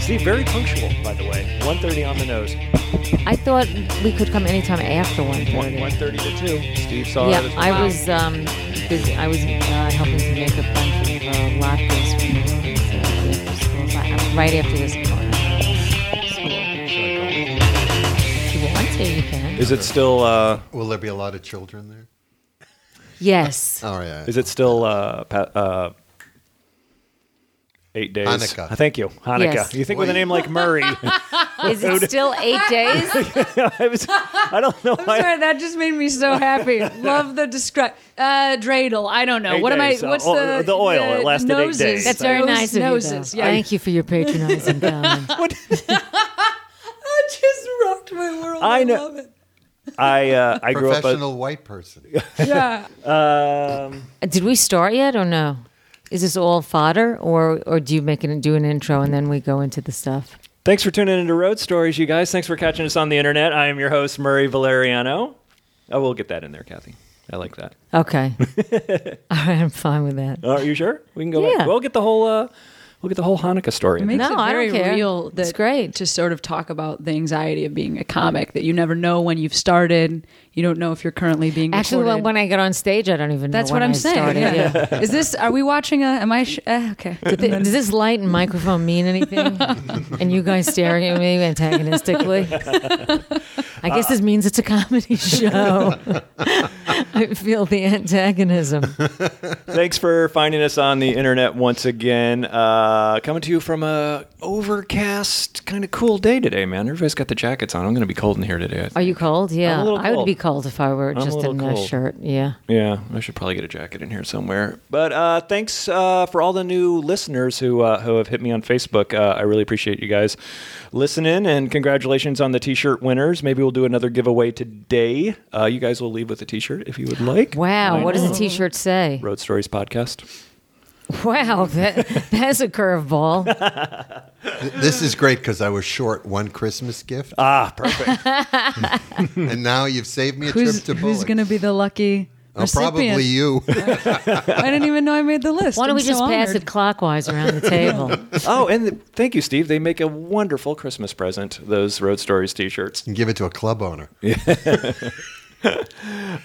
See, very punctual, by the way. 1.30 on the nose. I thought we could come anytime after One- Oh, 1.30. 1.30 to 2. Steve saw yeah, it as I well. was um, busy. I was uh, helping to make a bunch of uh, latkes for my kids, uh, after school. So I- right after this uh, school. If you want to, you can. Is it still, uh, Will there be a lot of children there? yes. All right. is it still, uh, pa- uh, Eight days. Hanukkah. Uh, Thank you. Hanukkah. Yes. You think with a Wait. name like Murray, Oh, Is it still eight days? I, was- I don't know why. Sorry, that just made me so happy. Love the describe. Uh, dreidel. I don't know. Eight what days, am I? uh, What's o- the the oil, it lasted eight noses. days. That's very Nose- nice of Noses. you. though. Yeah. Thank you for your patronizing comment. That just rocked my world. I I, know- love it. I uh, I grew up. Professional white person. Yeah. A, um, Uh, Did we start yet or no? Is this all fodder or or do you make an do an intro and then we go into the stuff? Thanks for tuning into Road Stories, you guys. Thanks for catching us on the internet. I am your host, Murray Valeriano. I will get that in there, Kathy. I like that. Okay. all right, I'm fine with that. Are you sure? We can go Yeah. back. We'll get the whole uh, we'll get the whole Hanukkah story. in It makes No, it I very don't care. real. It's That's great. To sort of talk about the anxiety of being a comic that you never know when you've started. You don't know if you're currently being Actually, when, when recorded. I get on stage, I don't even know that's when what I'm I saying. started. yeah. yeah. Is this? Are we watching a? Am I? Sh- uh, okay. Th- Does this light and microphone mean anything? and you guys staring at me antagonistically? I guess this means it's a comedy show. I feel the antagonism. there. Thanks for finding us on the internet once again. Uh, coming to you from a overcast kind of cool day today, man. Everybody's got the jackets on. I'm going to be cold in here today. Are you cold? Yeah. little I would cold. be cold if I were a just little in a cold. shirt. Yeah. Yeah, I should probably get a jacket in here somewhere. But uh, thanks uh, for all the new listeners who uh, who have hit me on Facebook. Uh, I really appreciate you guys listening, and congratulations on the T-shirt winners. Maybe we'll do another giveaway today. Uh, you guys will leave with a T-shirt if you would like. Wow. I What does know. the t shirt say? Road Stories podcast? Wow, that, that's a curveball. This is great because I was short one Christmas gift, Ah, perfect. and now you've saved me a Who's, trip to who's Bullock. going to be the lucky Oh, probably recipient? you. I didn't even know I made the list. Why don't I'm we so just pass honored. it clockwise around the table? oh, and th- thank you, Steve. They make a wonderful Christmas present. Those Road Stories T-shirts. Give it to a club owner.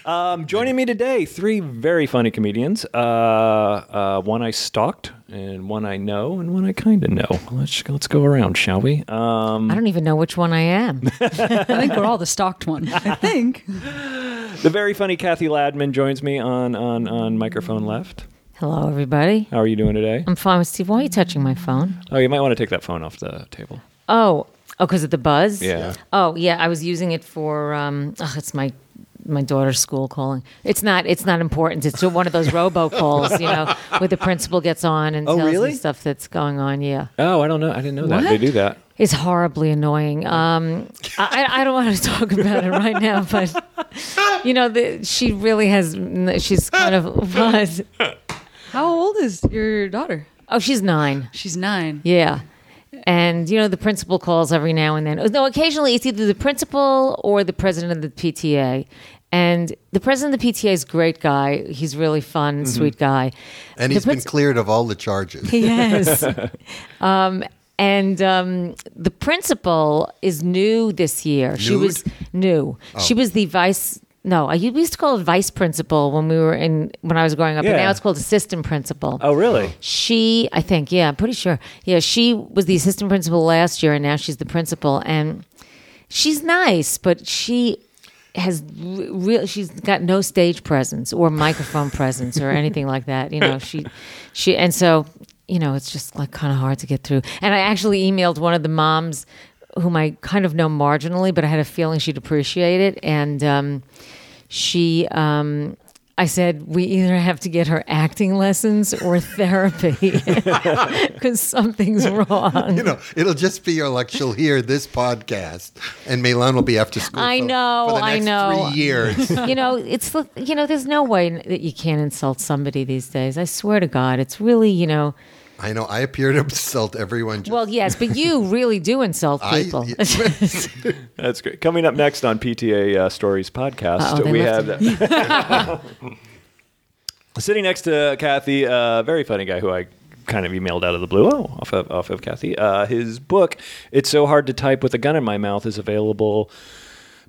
Um, joining me today, three very funny comedians. Uh, uh, one I stalked, and one I know, and one I kind of know. Let's let's go around, shall we? Um, I don't even know which one I am. I think we're all the stalked one. I think. the very funny Kathy Ladman joins me on on on microphone left. Hello, everybody. How are you doing today? I'm fine with Steve. Why are you touching my phone? Oh, you might want to take that phone off the table. Oh, oh, because of the buzz. Yeah. Oh, yeah. I was using it for. Um, ugh, it's my my daughter's school calling. It's not. It's not important. It's one of those robocalls, you know, where the principal gets on and Oh, tells really? me stuff that's going on. Yeah. Oh, I don't know. I didn't know that they What? do that. It's horribly annoying. Um, I, I I don't want to talk about it right now, but you know, the, she really has. She's kind of was. How old is your daughter? Oh, she's nine. She's nine. Yeah. And you know the principal calls every now and then. No, occasionally it's either the principal or the president of the PTA. And the president of the PTA is a great guy. He's really fun, sweet guy. Mm-hmm. And The he's been princi- cleared of all the charges. Yes. um, and um, the principal is new this year. She Nude? Oh. was new. She was the vice. No, I we used to call it vice principal when we were in when I was growing up. But Yeah. now it's called assistant principal. Oh, really? She, I think, yeah, I'm pretty sure. Yeah, she was the assistant principal last year, and now she's the principal. And she's nice, but she has re- real. She's got no stage presence or microphone presence or anything like that. You know, she, she, and so you know, it's just like kind of hard to get through. And I actually emailed one of the moms whom I kind of know marginally, but I had a feeling she'd appreciate it, and. um she um I said we either have to get her acting lessons or therapy because something's wrong. You know, it'll just be your like she'll hear this podcast, and Milan will be after school. I for- know, For the I next know. Three years. you know, it's the- you know, there's no way that you can't insult somebody these days. I swear to God, it's really you know. I know. I appear to insult everyone. Just, Well, yes, but you really do insult I- people. That's great. Coming up next on PTA uh, Stories podcast, Uh-oh, they we left have. Sitting next to Kathy, a very funny guy who I kind of emailed out of the blue. Oh, off of, off of Kathy. Uh, his book, It's So Hard to Type with a Gun in My Mouth, is available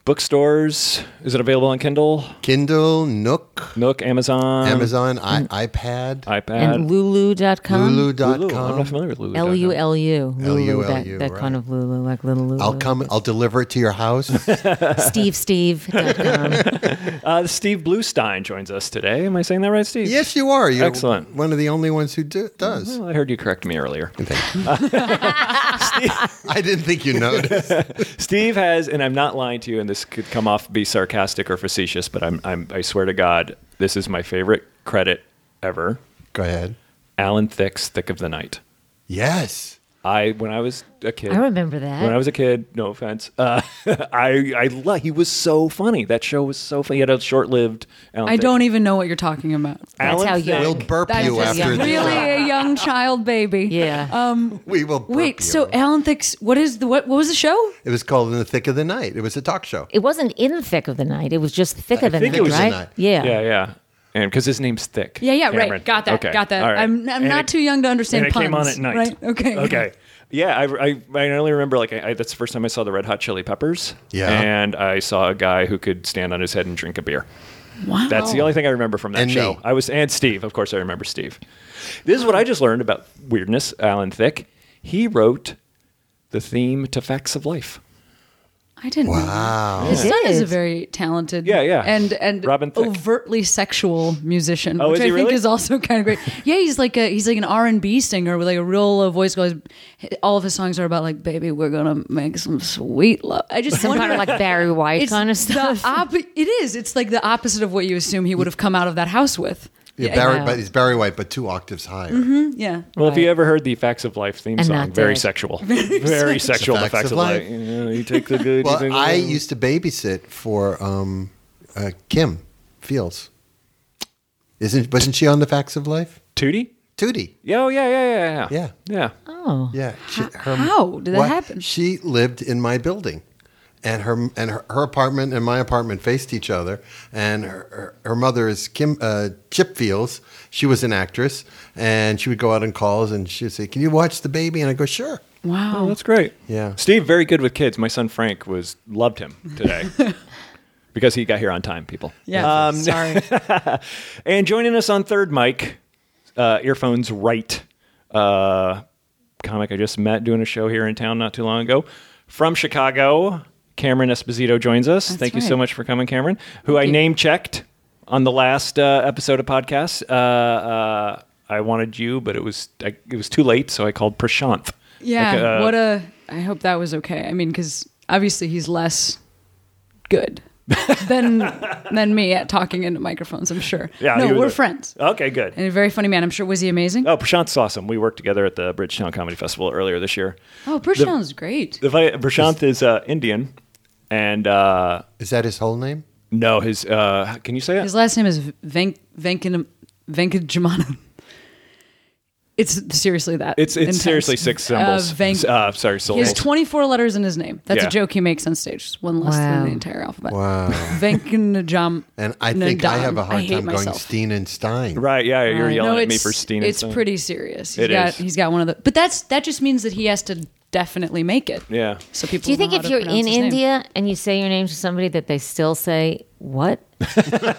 bookstores. Is it available on Kindle, Kindle, Nook, Nook, Amazon, Um, Amazon, mm. I- iPad, iPad? And lulu.com? Lulu. I'm not Lulu.com. familiar with Lulu. L U L U. Lulu. That, LULU, that kind right. of Lulu, like little Lulu. I'll come. I'll deliver it to your house. Steve Steve. dot com. Uh, Steve Bluestein joins us today. Am I saying that right, Steve? yes, you are. You're Excellent. Mm-hmm. One of the only ones who do, does. Well, I heard you correct me earlier. Thank you. I didn't think you noticed. Steve has, and I'm not lying to you, and this could come off be sarcastic or facetious, but I'm, I'm I swear to God, this is my favorite credit ever. Go ahead. Alan Thicke's Thick of the Night. Yes. I when I was a kid, I remember that. When I was a kid, no offense, uh, I I lo- he was so funny. That show was so funny. He had a short-lived. Alan I Thicke. don't even know what you're talking about. That's Alan how Thicke- young- We'll burp That's you just after young. the really show. a young child baby. Yeah. Um, We will burp wait. you. So eh, Alan Thicke's what is the what? What was the show? it was called In the Thick of the Night. It was a talk show. it wasn't in the thick of the night. It was just thick of the think night, it was the right? night. Yeah. Yeah, yeah. And because his name's Thick. Yeah, yeah, Cameron. right. Got that. Okay. Got that. All right. I'm, I'm And not it- too young to understand and it puns. came on at night. Right. Okay. Okay. Yeah, I, I, I only remember like I, I- that's the first time I saw the Red Hot Chili Peppers. Yeah. and I saw a guy who could stand on his head and drink a beer. Wow. That's the only thing I remember from that And me. show. I was and Steve, of course, I remember Steve. This is what I just learned about weirdness. Alan Thicke, he wrote the theme to Facts of Life. I didn't. know that. Wow. His son is a Yes. very talented, Yeah, yeah. and and Robin Thicke. overtly sexual musician, Oh, is which I he think really? is also kind of great. yeah, he's like a he's like an R and B singer with like a real low voice. Goes, all of his songs are about like, baby, we're gonna make some sweet love. I just Some wonder, kind of like Barry White it's kind of the stuff. op- it is. It's like the opposite of what you assume he would have come out of that house with. Yeah, Barry, wow. but he's Barry White, but two octaves higher. Mm-hmm. Yeah. Well, if you Right. ever heard the Facts of Life theme And song, not very dead. sexual, very sexual. The Facts, of, Life. You, know, you take the good. you Well, think- I used to babysit for um, uh, Kim Fields. Isn't wasn't she on the Facts of Life? Tootie. Tootie. Yeah, oh, yeah, yeah, yeah, yeah. Yeah. Yeah. oh. Yeah. She, her, How did that what- happen? She lived in my building. And her and her, her apartment and my apartment faced each other. And her, her, her mother is Kim uh, Chip Fields. She was an actress, and she would go out on calls, and she would say, "Can you watch the baby?" And I go, "Sure." Oh, Wow. that's great. Yeah. Steve, very good with kids. My son Frank was loved him today because he got here on time, people. Yeah. Um, Sorry. and joining us on third mic, uh, earphones right, uh, comic I just met doing a show here in town not too long ago from Chicago. Cameron Esposito joins us. That's Thank you so right. much for coming, Cameron, who I you. name checked on the last uh, episode of podcast. Uh, uh, I wanted you, but it was I, it was too late, so I called Prashanth. Yeah. Like, uh, what a. I hope that was okay. I mean, because obviously he's less good than than me at talking into microphones. I'm sure. Yeah, he No, was we're a- friends. Okay, good. And a very funny man. I'm sure. Was he amazing? Oh, Prashant's awesome. We worked together at the Bridgetown Comedy Festival earlier this year. Oh, Prashant's great. The vi- Prashant is uh, Indian, and uh, Is that his whole name? no, his uh, can you say it? His last name is Venk Venkin Venkajamana. It's seriously that. it's it's intense. seriously six symbols. Uh, Venk- uh, sorry, He syllables. has 24 letters in his name. That's Yeah. a joke he makes on stage. It's one less Wow. than the entire alphabet. Wow. Venkanajam. And I think I have a hard hate time going myself. Steen and Stein. right? Yeah, you're Uh, yelling no, at me it's- for Steen. It's pretty serious. He's It got, is. He's got one of the. But that's that just means that he has to definitely make it. Yeah. So people. Do you think know if how to you're pronounce in his name. India and you say your name to somebody that they still say what?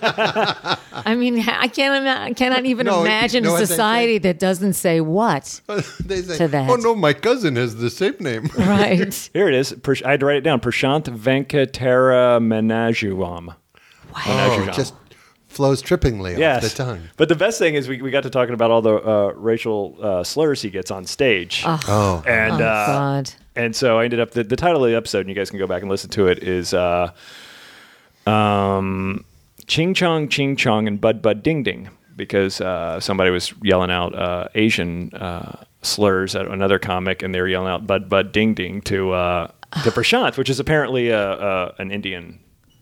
I mean, I can't. Ima- I cannot even No, you imagine know what a they society say? that doesn't say what. they say, To that. "Oh no, my cousin has the same name." Right. Here it is. Prash- I had to write it down. Prashant Venkatera Menajuam. oh, it just flows trippingly Yes. off the tongue. But the best thing is we, we got to talking about all the uh, racial uh, slurs he gets on stage. Oh, and Oh, uh, God. and so I ended up the, the title of the episode, and you guys can go back and listen to it. Is uh, um, Ching Chong Ching Chong and Bud Bud Ding Ding because uh, somebody was yelling out uh, Asian uh, slurs at another comic, and they were yelling out Bud Bud Ding Ding to uh, to Prashant, which is apparently uh uh an Indian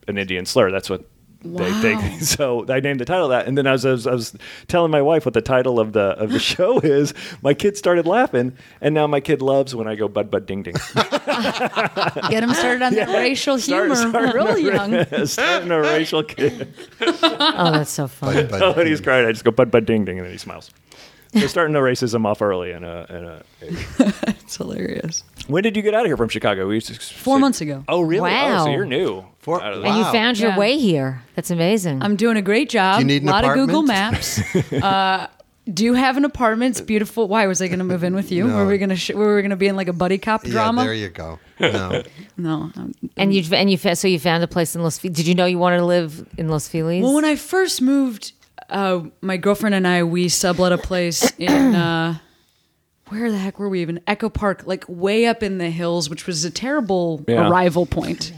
an Indian slur. That's what They, Wow. they, so I named the title that, and then as I was, I was telling my wife what the title of the of the show is, my kid started laughing, and now my kid loves when I go bud bud ding ding. Get him started on that racial Start- humor start real with- Ah. young. Starting a racial kid. Oh, that's so funny. But, but Oh, and he's crying. I just go bud bud ding ding, and then he smiles. So starting the racism off early. And uh, and uh, It's hilarious. when did you get out of here from Chicago? We just, Four months ago. Oh, really? Oh, Wow. so you're new. Four- Out of the- And you Wow. found your Yeah. way here. That's amazing. I'm doing a great job. Do you need an a lot apartment? of Google Maps. uh, do have an apartment. It's beautiful. Why was I going to move in with you? No. Were we going to sh- were we going to be in like a buddy cop yeah, drama? there you go. No. no. I'm- and you and you fa- so you found a place in Los. Fe- Did you know you wanted to live in Los Feliz? Well, when I first moved, uh, my girlfriend and I we sublet a place in uh, where the heck were we even? Echo Park, like way up in the hills, which was a terrible Yeah. arrival point.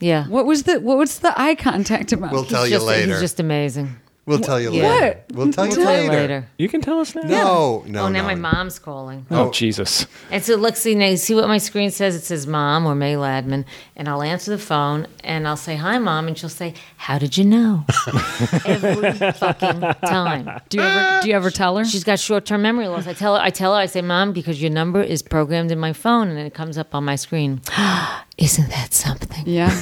yeah, What was the what was the eye contact about? We'll tell he's you just, later. He's just amazing. We'll tell you Yeah. later. We'll tell We'll you tell Tell you later. later. you can tell us now. No, no. oh, now no, my no. mom's calling. Oh, Jesus. And so look, see now, see what my screen says. It says mom or May Ladman, and I'll answer the phone and I'll say hi, mom, and she'll say, "How did you know?" Every fucking time. do you ever do you ever tell her? She's got short-term memory loss. I tell her, I tell her, I say, "Mom, because your number is programmed in my phone, and it comes up on my screen." Isn't that something? Yeah.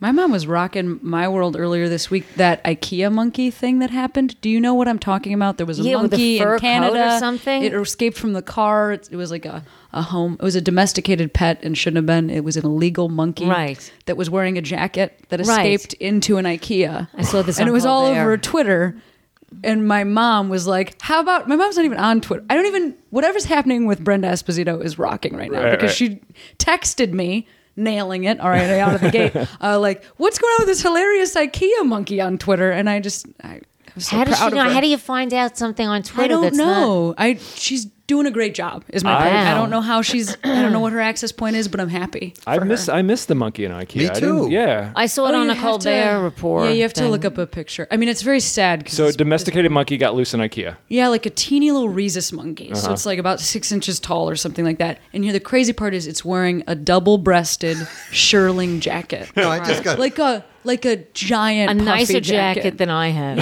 my mom was rocking my world earlier this week. That IKEA monkey thing that happened. Do you know what I'm talking about? There was a Yeah, with the monkey fur in coat or Canada. something? It escaped from the car. It, it was like a, a home. It was a domesticated pet and shouldn't have been. It was an illegal monkey Right. that was wearing a jacket that Right. escaped into an IKEA. I saw this and on it was Paul all Bear. over Twitter. And my mom was like, "How about my mom's not even on Twitter? I don't even whatever's happening with Brenda Esposito is rocking right now Right, because right. she texted me nailing it already out of the gate uh, like what's going on with this hilarious ikea monkey on twitter and i just i, I was so How does proud she of know? her. How do you find out something on Twitter? i don't that's Not, know i she's doing a great job is my point. Wow. i don't know how she's i don't know what her access point is but i'm happy I for miss her. I miss the monkey in IKEA. Me I didn't- too. yeah. I saw it Oh, on you a have Colbert to- report. yeah you have to thing. look up a picture i mean it's very sad 'cause so a it's- domesticated monkey got loose in IKEA. Yeah, like a teeny little rhesus monkey. Uh-huh. So it's like about six inches tall or something like that. And here, the crazy part is it's wearing a double-breasted shirling jacket, No, I just got like a like a giant a puffy nicer jacket. jacket. than I have.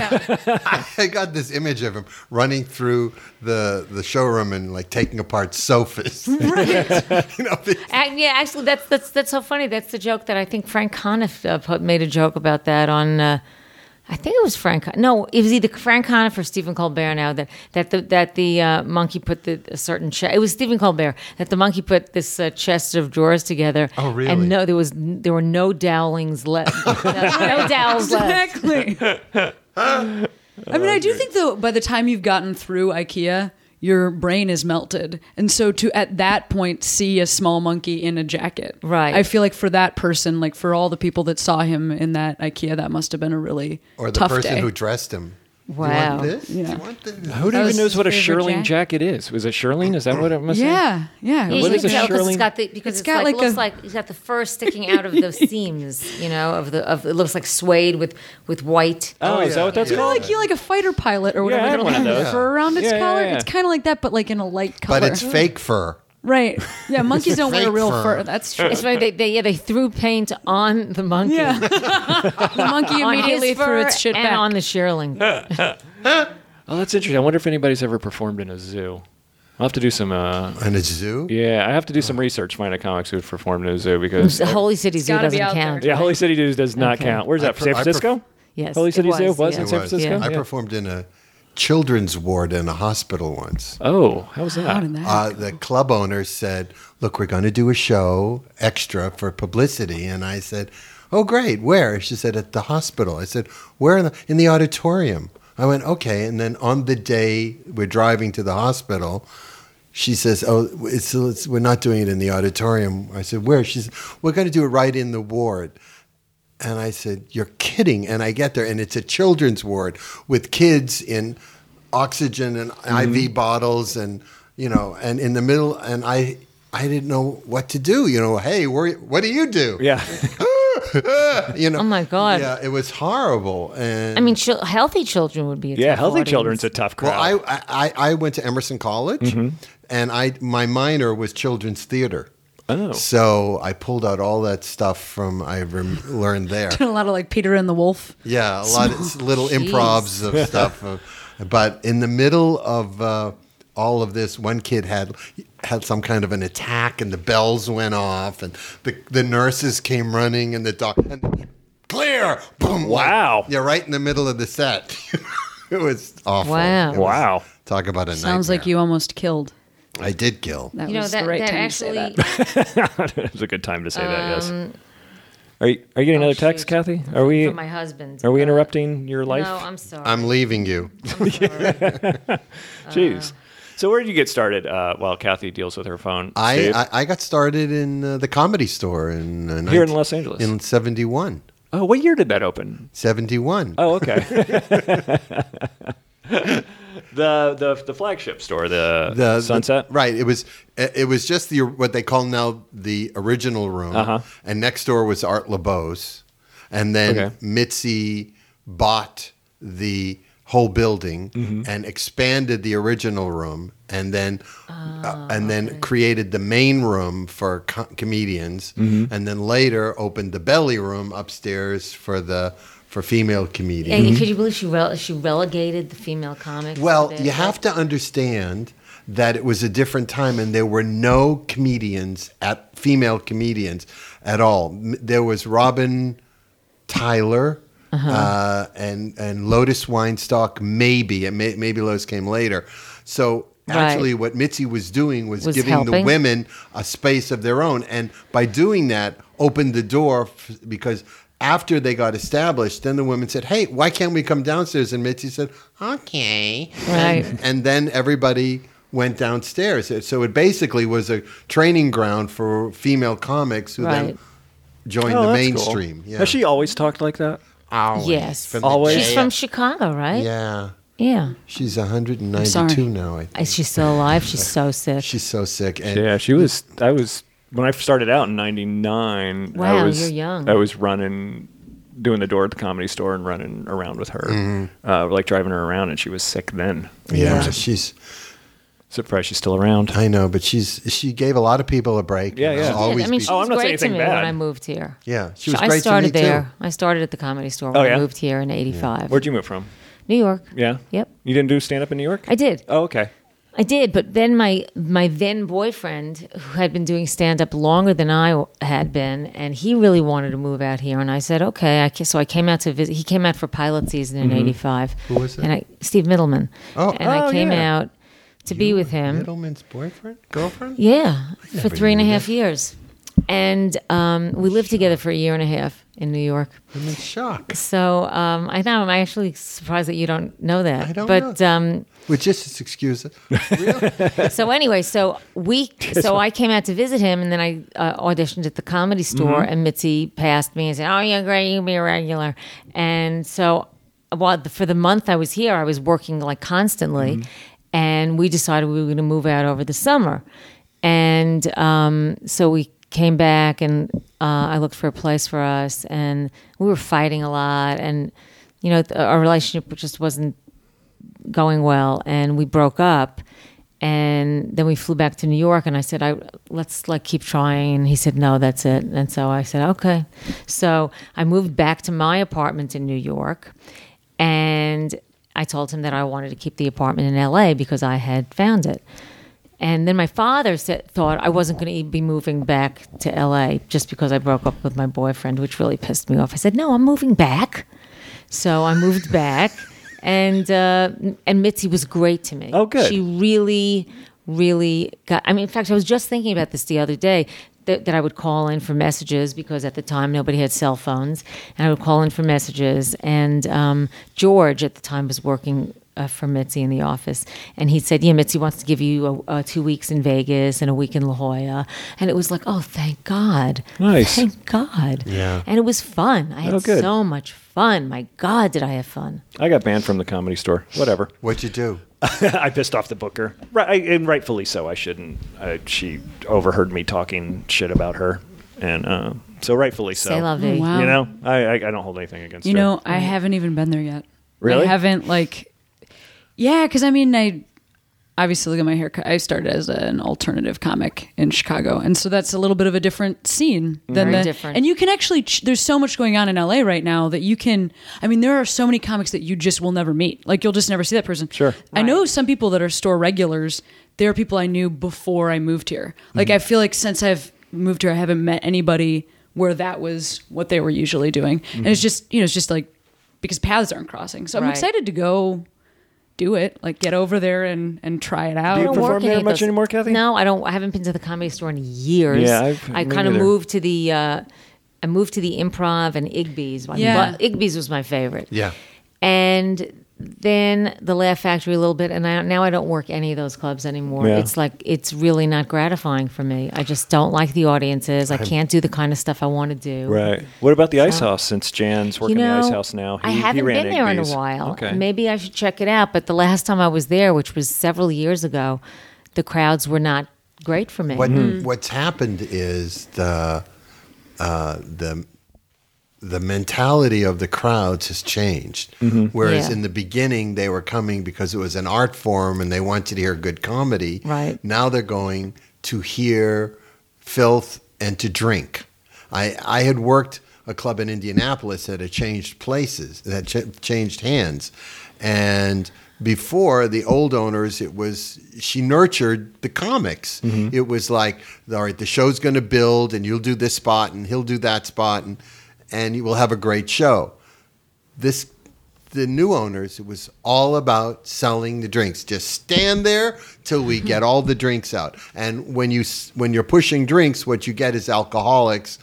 I got this image of him running through the the showroom and like taking apart sofas. you know, the- Ac- yeah, actually, that's that's that's so funny. That's the joke that I think Frank Conniff uh, put- made a joke about that on. Uh, I think it was Frank. Con- No, it was either Frank Conniff or Stephen Colbert. Now that that the that the uh, monkey put the a certain chest. It was Stephen Colbert that the monkey put this uh, chest of drawers together. Oh, really? And no, there was n- there were no dowlings left. no, no dowels left. exactly. I mean, I do think though, by the time you've gotten through IKEA, your brain is melted, and so to at that point see a small monkey in a jacket, Right. I feel like for that person, like for all the people that saw him in that IKEA, that must have been a really or the tough person day. who dressed him. You Wow. want this? Yeah. You want this? Who That even was knows what a his favorite Shirling jacket is? Was it Shirling? Is that what it must yeah, yeah. You What can is a tell 'cause shirling? It's got the, because It's it's, got like, like looks a- like it's got the fur sticking out of the seams, you know, of the of it looks like suede with with white. Oh, is that yeah. what that's Yeah. Kinda called? like you like a fighter pilot or whatever. I had that'll one of have the those. Fur around its Yeah, yeah, collar. yeah. It's kind of like that, but like in a light color. But it's fake fur. right. Yeah, monkeys don't wear fake real fur. fur. That's true. It's funny. They, they yeah they threw paint on the monkey. Yeah. the monkey On immediately his fur threw its shit and back. on the shirling. Oh, that's interesting. I wonder if anybody's ever performed in a zoo. I'll have to do some. Uh, And a zoo? yeah, I have to do some research. Find a comics who performed in a zoo because The Holy City Zoo gotta be doesn't out count. yeah, Holy City Zoo does not count. Where's I that? per- San I per- Francisco. Yes, Holy it City Zoo was, was yeah. in It San was. Francisco. Yeah. I performed in a children's ward in a hospital once. Oh, how was Out that? in that. Uh, the club owner said, Look, we're going to do a show extra for publicity. And I said, Oh, great. Where? She said, At the hospital. I said, Where in the, in the auditorium? I went, Okay. And then on the day we're driving to the hospital, she says, Oh, it's, it's, we're not doing it in the auditorium. I said, Where? She said, We're going to do it right in the ward. And I said, You're kidding. And I get there, and it's a children's ward with kids in oxygen and IV bottles and, you know, and in the middle. And I, I didn't know what to do. You know, hey, where, what do you do? Yeah. You know, Oh, my God. Yeah, it was horrible. And I mean, chil- healthy children would be. A Yeah, tough healthy audience. children's a tough crowd. well, I, I, I went to Emerson College, and I, my minor was children's theater. Oh. So I pulled out all that stuff from I rem- learned there. a lot of like Peter and the Wolf. Yeah, a lot of s- little improvs of stuff. uh, But in the middle of uh, all of this, one kid had had some kind of an attack, and the bells went off, and the the nurses came running, and the doc and clear, boom! like- Wow. yeah, right in the middle of the set. it was awful. Wow. It was- Wow. talk about a Sounds like nightmare. you almost killed. I did kill. That you know was that the right that time actually to say that. it's a good time to say that. Yes. Are you, are you getting another text, Um, oh, shoot. Kathy? Are we for my husband. are we but- interrupting your life? No, uh, I'm sorry. I'm leaving you. Jeez. so where did you get started uh, while Kathy deals with her phone? I, Steve? I, I got started in uh, the comedy store in uh, Here in 19 Los Angeles. in 71. oh, what year did that open? 71. Oh, okay. the the the flagship store, the, the Sunset. the- right. It was it was just the what they call now the original room, Uh-huh. and next door was Art LeBeau's, and then Okay. Mitzi bought the whole building Mm-hmm. and expanded the original room, and then uh, and then created the main room for co- comedians, Mm-hmm. and then later opened the belly room upstairs for the for female comedians. And Mm-hmm. could you believe she rele- she relegated the female comics? Well, to you the- have to understand that it was a different time and there were no comedians at female comedians at all. M- There was Robin Tyler Uh-huh. uh, and and Lotus Weinstock maybe and may, maybe Lotus came later. So actually what Mitzi was doing was, Was giving the helping. women a space of their own and by doing that opened the door f- because after they got established, then the women said, "Hey, why can't we come downstairs?" And Mitzi said, "Okay." Right. And, and then everybody went downstairs. So it basically was a training ground for female comics who Right. then joined Oh, the that's cool. mainstream. Yeah. Has she always talked like that? Always. Yes. From the Always. She's day- from Chicago, right? Yeah. Yeah. She's I'm 192 sorry. now. I think. Is she still alive? She's so sick. She's so sick. And Yeah, she was. I was when I started out in '99. I Wow, was, you're young. I was running, doing the door at the comedy store and running around with her, Mm-hmm. uh, like driving her around, and she was sick then. yeah, Yeah. she's. Surprised she's still around. I know, but she's she gave a lot of people a break. Yeah, and yeah. She I'll did. Yeah, Always I mean, be- she Oh, was I'm not saying great to anything me bad. when I moved here. yeah, she was I great started to me there. too. I started at the comedy store when Oh, yeah? I moved here in '85. Where'd you move from? New York. Yeah. Yep. You didn't do stand up in New York. I did. oh, okay. I did, but then my my then boyfriend, who had been doing stand up longer than I had been, and he really wanted to move out here, and I said okay. I ca- so I came out to visit. He came out for pilot season in '85. Who Mm-hmm. was that? And I Steve Middleman. Oh, and oh, I came yeah. out to be with him. Middleman's boyfriend, girlfriend. Yeah, for never three and a knew half years, and um, we lived together for a year and a half in New York. I'm in shock. So um, I know I'm actually surprised that you don't know that. I don't but know. Um, With just his excuses. so anyway, so we, so I came out to visit him, and then I uh, auditioned at the comedy store, and Mitzi passed me and said, "Oh, you're great, you'll be a regular." And so, well, for the month I was here, I was working like constantly, and we decided we were going to move out over the summer, and um, so we came back, and uh, I looked for a place for us, and we were fighting a lot, and you know, th- our relationship just wasn't going well and we broke up and then we flew back to New York and I said I let's like keep trying and he said no that's it and so I said okay so I moved back to my apartment in New York and I told him that I wanted to keep the apartment in LA because I had found it and then my father said, thought I wasn't going to be moving back to LA just because I broke up with my boyfriend, which really pissed me off. I said, "No, I'm moving back." So I moved back, and uh, and Mitzi was great to me. Oh, good. She really, really got. I mean, in fact, I was just thinking about this the other day. That, that I would call in for messages because at the time nobody had cell phones, and I would call in for messages. And um, George at the time was working uh, for Mitzi in the office, and he said, "Yeah, Mitzi wants to give you a, uh two weeks in Vegas and a week in La Jolla," and it was like, "Oh, thank God! Nice. thank God!" Yeah. and it was fun. I had Oh, good. so much fun. My God, did I have fun! I got banned from the comedy store. Whatever. What'd you do? I pissed off the booker, right, I, and rightfully so. I shouldn't. I, she overheard me talking shit about her, and uh, so rightfully so. Say la vie. Oh, wow. You know, Um, I, I, I don't hold anything against You her. know, I haven't even been there yet. Really? I haven't like, yeah, because I mean, I obviously look at my haircut. I started as an alternative comic in Chicago, and so that's a little bit of a different scene than Very the. different. And you can actually ch- there's so much going on in LA right now that you can. I mean, there are so many comics that you just will never meet. Like you'll just never see that person. Sure. I know some people that are store regulars. They're people I knew before I moved here. Like I feel like since I've moved here, I haven't met anybody where that was what they were usually doing, and it's just you know it's just like because paths aren't crossing. So I'm Right. excited to go do it. Like get over there and and try it out. Do you don't perform work any there of much those- anymore, Kathy? No, I don't. I haven't been to the comedy store in years. Yeah, I've- I me kind of neither. moved to the. Uh, I moved to the improv and Igby's. I Yeah. lo- Igby's was my favorite. Yeah. and then the Laugh Factory a little bit, and I, now I don't work any of those clubs anymore. Yeah. It's like it's really not gratifying for me. I just don't like the audiences. I can't do the kind of stuff I want to do. Right. What about the Ice House? Since Jan's You working know, the Ice House now, I He- he haven't ran been there Igby's. in a while. Okay. Maybe I should check it out. But the last time I was there, which was several years ago, the crowds were not great for me. What what's happened is the uh, the the mentality of the crowds has changed. Mm-hmm. Whereas Yeah. in the beginning they were coming because it was an art form and they wanted to hear good comedy. Right. Now they're going to hear filth and to drink. I I had worked a club in Indianapolis that had changed places that ch- changed hands, and before the old owners, it was she nurtured the comics. It was like, all right, the show's going to build, and you'll do this spot, and he'll do that spot, and and you will have a great show this the new owners it was all about selling the drinks just stand there till we get all the drinks out and when you s- when you're pushing drinks what you get is alcoholics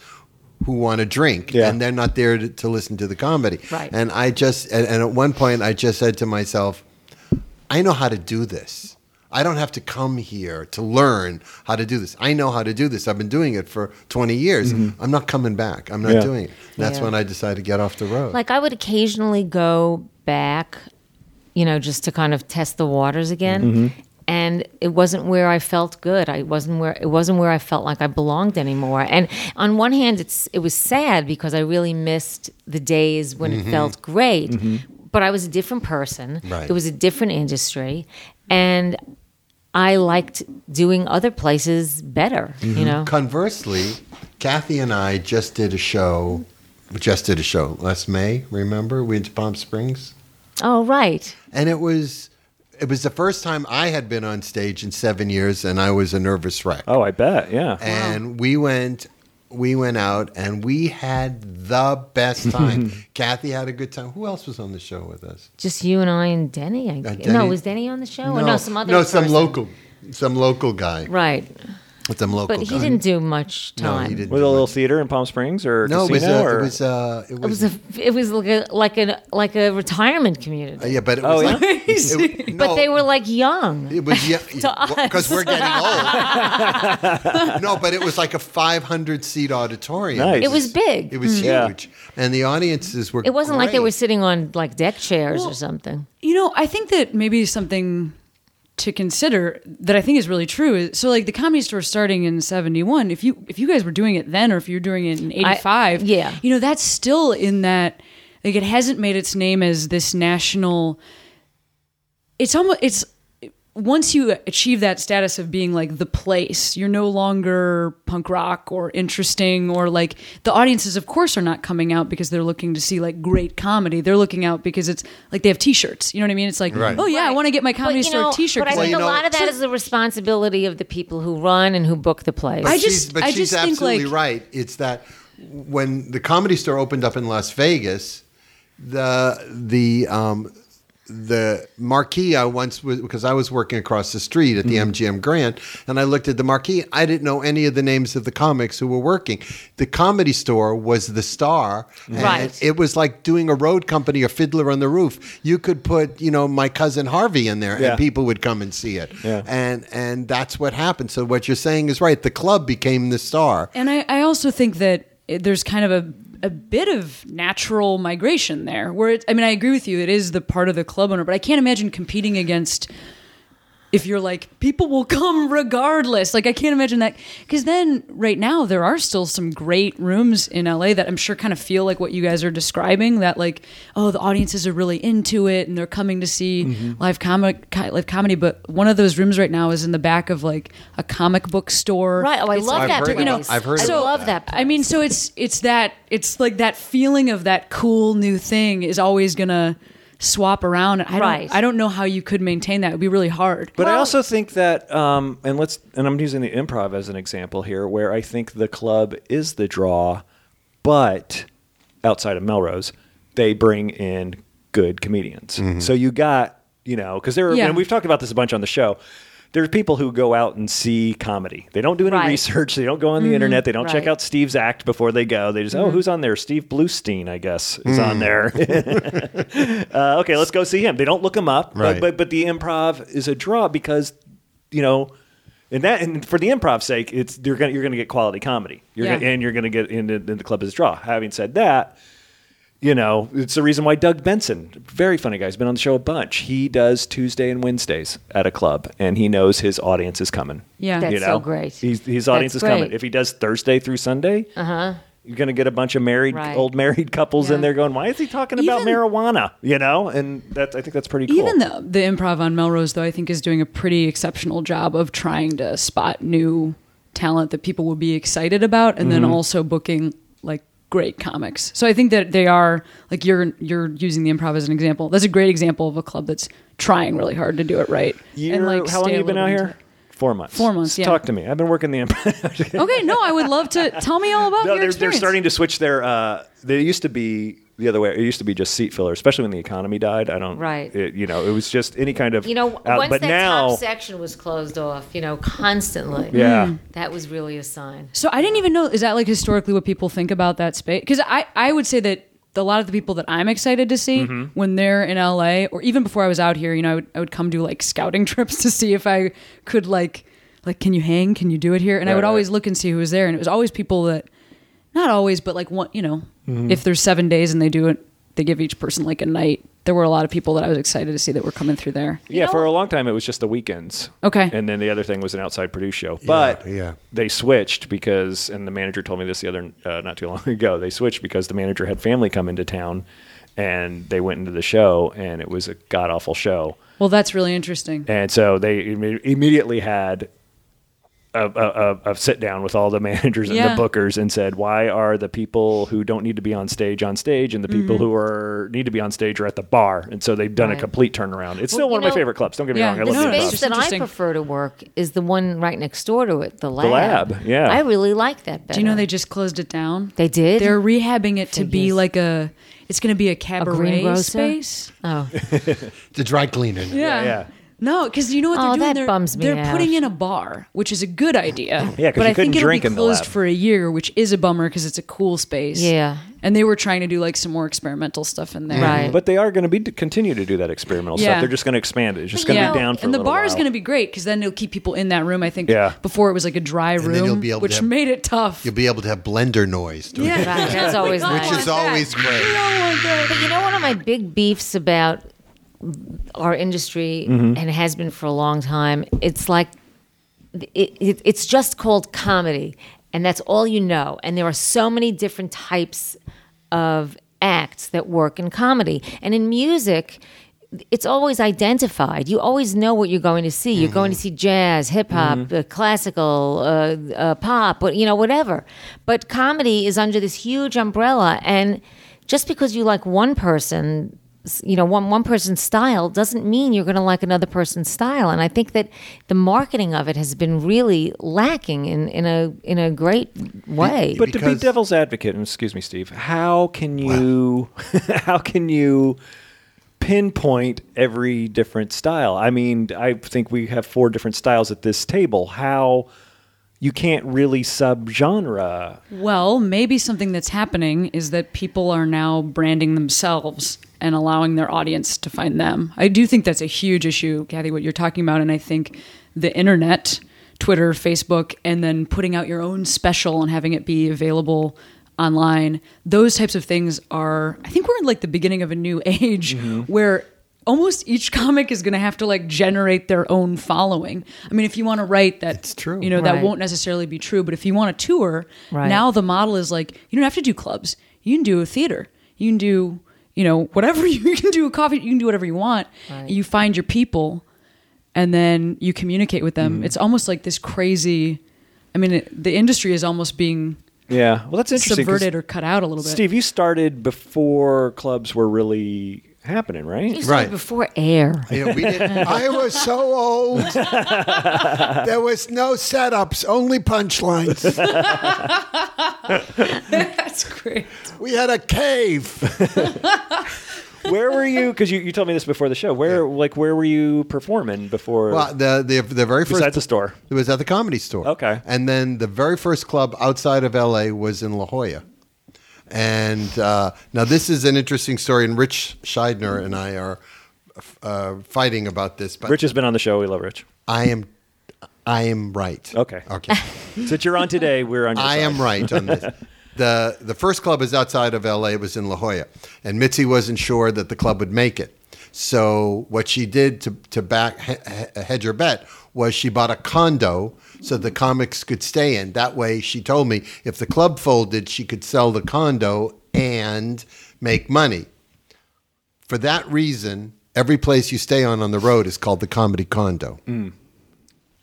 who want to drink Yeah. and they're not there to, to listen to the comedy Right. and i just and, and at one point i just said to myself I know how to do this. I don't have to come here to learn how to do this. I know how to do this. I've been doing it for 20 years. I'm not coming back. I'm not Mm-hmm. Yeah. doing it. And that's Yeah. when I decided to get off the road. Like I would occasionally go back, you know, just to kind of test the waters again. Mm-hmm. And it wasn't where I felt good. I wasn't where it wasn't where I felt like I belonged anymore. And on one hand, it's it was sad because I really missed the days when it felt great. But I was a different person. Mm-hmm. Right. It was a different industry, and I liked doing other places better. Mm-hmm. You know, Conversely, Kathy and I just did a show. We just did a show last May. Remember, we went to Palm Springs, oh right, and it was it was the first time I had been on stage in seven years, and I was a nervous wreck. Oh, I bet. Yeah. and we went we went out and we had the best time. Kathy had a good time. Who else was on the show with us? just you and I and Denny. I, Uh, no, Denny- was Denny on the show? or Oh, no some other. No, some person? local some local guy. Right. Some local But he guy. didn't do much No, time. he didn't. With a little theater in Palm Springs or No, it was casino a, or it was uh it was, It was a, it was like a, like a like a retirement community. uh, yeah, but it Oh, was yeah? like it- But no, they were like young. it was yeah, us. because we're getting old. no, but it was like a 500 seat auditorium. Nice. Mm. It was big. It was Yeah. huge, and the audiences were. It wasn't like they great. were sitting on like deck chairs or Well- something. You know, I think that maybe something to consider that I think is really true is so like the comedy store starting in 71 if you if you guys were doing it then or if you're doing it in 85 yeah. you know that's still in that like it hasn't made its name as this national it's almost it's once you achieve that status of being like the place you're no longer punk rock or interesting or like the audiences of course are not coming out because they're looking to see like great comedy they're looking out because it's like they have t-shirts you know what i mean it's like Right. oh yeah i Right. want to get my But, comedy you store know, t-shirt But I 'cause I think you know, a lot of that so- is the responsibility of the people who run and who book the place. I she's- just- but I she's just think, absolutely like- right. It's that when the comedy store opened up in Las Vegas, the the um, the marquee I once was because I was working across the street at the Mm-hmm. MGM Grand, and I looked at the marquee. I didn't know any of the names of the comics who were working. The comedy store was the star, and Right. It was like doing a road company or Fiddler on the Roof. You could put you know my cousin Harvey in there, Yeah. and people would come and see it Yeah. and and that's what happened. So what you're saying is right. The club became the star. And I, I also think that it, there's kind of a a bit of natural migration there, where it, I mean, I agree with you. It is the part of the club owner, but I can't imagine competing against. if you're like people will come regardless like i can't imagine that because then right now there are still some great rooms in la that i'm sure kind of feel like what you guys are describing that like oh the audiences are really into it and they're coming to see live comic co- live comedy but one of those rooms right now is in the back of like a comic book store Right. Oh, I It's love I've that heard place. about- I've heard I about love that. I mean, so it's it's that it's like that feeling of that cool new thing is always gonna swap around. I Right. don't I don't know how you could maintain that. It would be really hard. But I Well- also think that, um, and let's, and I'm using the improv as an example here, where I think the club is the draw, but outside of Melrose, they bring in good comedians. So you got, you know, because there, are, Yeah. and we've talked about this a bunch on the show. There's people who go out and see comedy. They don't do any Right. Mm-hmm. research. They don't go on the internet. They don't check Right. Mm-hmm. out Steve's act before they go. They just, oh, who's on there? Steve Bluestein, I guess, is on there. uh, okay, let's go see him. They don't look him up, Right. but, but but the improv is a draw because you know, and that and for the improv sake, it's you're gonna you're gonna get quality comedy, you're Yeah. gonna, and you're gonna get in the, in the club as a draw. Having said that, you know, it's the reason why Doug Benson, very funny guy, has been on the show a bunch. He does Tuesday and Wednesdays at a club, and he knows his audience is coming. Yeah. you That's know? so great. He's, his audience That's is coming. great. Uh-huh. If he does Thursday through Sunday, you're going to get a bunch of married, Right. old married couples in Yeah. there going, "Why is he talking about Even- marijuana?" You know, and that I think that's pretty cool. Even the the improv on Melrose though, I think is doing a pretty exceptional job of trying to spot new talent that people will be excited about, and then Mm-hmm. also booking like great comics. So I think that they are like you're you're using the improv as an example. That's a great example of a club that's trying really hard to do it right. You're- how long stay have a you been little out bit into here? Four months. Four months, S- yeah. Talk to me. I've been working the improv. it. Okay, no, I would love to tell me all about No, your they're, they're experience. starting to switch their. Uh, they used to be the other way. It used to be just seat filler, especially when the economy died. I don't. Right. It, you know, it was just any kind of. you know, out- once Uh, but that now, top section was closed off, you know, constantly. yeah. Hmm. That was really a sign. So I didn't even know. Is that like historically what people think about that space? Because I, I would say that a lot of the people that I'm excited to see Mm-hmm. when they're in LA, or even before I was out here, you know, I would, I would come do like scouting trips to see if I could like, like, can you hang? Can you do it here? And I Right, would always right. look and see who was there, and it was always people that, not always, but like one, you know, Mm-hmm. if there's seven days and they do it, they give each person like a night. There were a lot of people that I was excited to see that were coming through there. Yeah, know for what- a long time it was just the weekends. Okay. And then the other thing was an outside produce show. But yeah. they switched because, and the manager told me this the other, uh, not too long ago, they switched because the manager had family come into town and they went into the show and it was a god awful show. Well, that's really interesting. And so they imme- immediately had a, a, a, a sit down with all the managers and Yeah. the bookers and said, why are the people who don't need to be on stage on stage and the people who are need to be on stage are at the bar? And so they've done a Right. complete turnaround. It's still you one of my know- favorite clubs. Don't get me Yeah, wrong. I this love the is improv. The It's space that I interesting. prefer to work is the one right next door to it, the lab. lab, yeah. I really like that better. Do you know they just closed it down? They did? They're rehabbing it to be Figures. like a. It's going to be a cabaret greengrocer? space. Oh, The dry cleaning. Yeah, yeah. No, because you know what they're Oh, doing. that they're bums me they're out. putting in a bar, which is a good idea. Yeah, 'cause you but I think couldn't it'll drink be in the closed lab. for a year, which is a bummer because it's a cool space. Yeah. and they were trying to do like some more experimental stuff in there. Right. But they are going to be continue to do that experimental stuff. Yeah. They're just going to expand it. It's just But going to you be know- down for and a the little bar is while. going to be great because then it'll keep people in that room. I think. Yeah. Before it was like a dry room, then you'll be able to which have- made it tough. You'll be able to have blender noise. during- yeah, right. That's always Which nice. Which is want that. always great. But you know, one of my big beefs about our industry, Mm-hmm. and has been for a long time, it's like it, it, it's just called comedy, and that's all you know. And there are so many different types of acts that work in comedy, and in music. It's always identified. You always know what you're going to see. You're going to see jazz, hip hop, uh, classical, uh, uh, pop, what- you know, whatever. But comedy is under this huge umbrella, and just because you like one person you know one one person's style doesn't mean you're going to like another person's style and i think that the marketing of it has been really lacking in in a in a great way But to be because- devil's advocate, and excuse me, Steve, how can you how can you pinpoint every different style? I mean, I think we have four different styles at this table. How you can't really subgenre. Well, maybe something that's happening is that people are now branding themselves and allowing their audience to find them. I do think that's a huge issue, Kathy, what you're talking about. And I think the internet, Twitter, Facebook, and then putting out your own special and having it be available Mm-hmm. online, those types of things are, I think we're in like the beginning of a new age where almost each comic is going to have to like generate their own following. I mean, if you want to write that, It's true. You know, that Right. won't necessarily be true. But if you want to tour, Right. now the model is like you don't have to do clubs. You can do a theater. You can do you know whatever you can do a coffee. You can do whatever you want. You find your people, and then you communicate with them. Mm. It's almost like this crazy. I mean, it, the industry is almost being Yeah. Well, that's interesting. 'cause, subverted or cut out a little bit. Steve, you started before clubs were really happening, right? You started Right. before air. You know, we did, I was so old. there was no setups, only punchlines. That's great. We had a cave. where were you? Because you, you told me this before the show. Where like where were you performing before? well, the, the the very first besides the store. It was at the comedy store. Okay. And then the very first club outside of LA was in La Jolla. And uh, now this is an interesting story, and Rich Scheidner and I are uh, fighting about this. But Rich has been on the show. We love Rich. I am, I am right. Okay. Okay. Since you're on today, we're on. Your I side. am right on this. the The first club is outside of L.A. It was in La Jolla, and Mitzi wasn't sure that the club would make it. So what she did to to back he- he- hedge her bet was she bought a condo so the comics could stay in. That way, she told me if the club folded, she could sell the condo and make money. For that reason, every place you stay on on the road is called the comedy condo.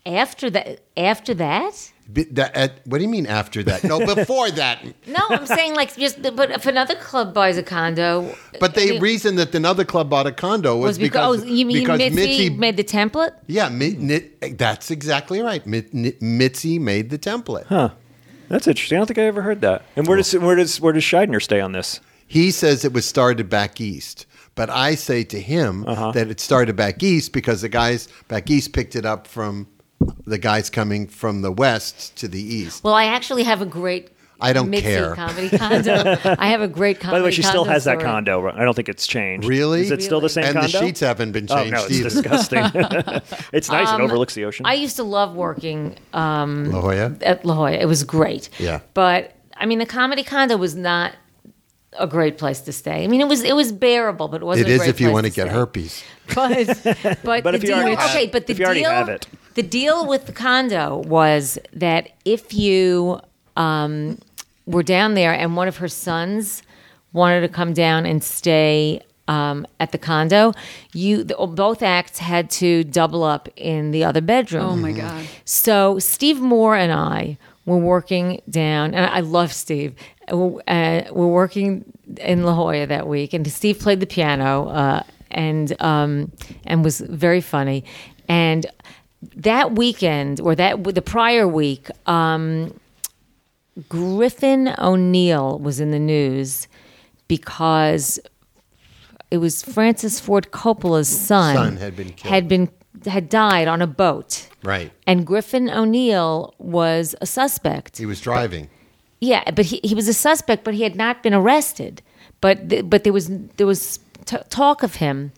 After that, after that? Be- that- at- what do you mean after that? No, before that. No, I'm saying like just. But if another club buys a condo, But the it reason that another club bought a condo was was, because, oh, you mean because Mitzi, Mitzi, made the template? yeah, Mi- Ni- that's exactly right. Mi- Ni- Mitzi made the template. That's interesting. I don't think I ever heard that. And where does where does where does Scheidner stay on this? He says it was started back east, but I say to him Uh-huh. that it started back east because the guys back east picked it up from the guys coming from the west to the east. Well, I actually have a great. I don't Mitzi care. Comedy condo. I have a great comedy. By the way, she still has that story. condo. I don't think it's changed. Really? Is it still the same and condo? the sheets haven't been Oh changed no, it's either. disgusting. it's nice. it overlooks the ocean. I used to love working um, La Jolla? at La Jolla. It was great. Yeah. But I mean, the comedy condo was not a great place to stay. I mean, it was it was bearable, but it wasn't. It a is great if you place want to to get stay. herpes. but but, But the if you deal, already have- okay, but the if you already deal, have it. the deal with the condo was that if you um, were down there and one of her sons wanted to come down and stay um, at the condo, you the, both acts had to double up in the other bedroom. Oh my god. So Steve Moore and I were working down, and I love Steve. Uh, we're working in La Jolla that week, and Steve played the piano uh, and um, and was very funny. And that weekend, or that the prior week, um, Griffin O'Neill was in the news because it was Francis Ford Coppola's son, Son had been killed. had been had died on a boat. Right. And Griffin O'Neill was a suspect. He was driving. Yeah, but he, he was a suspect, but he had not been arrested. But th- but there was there was t- talk of him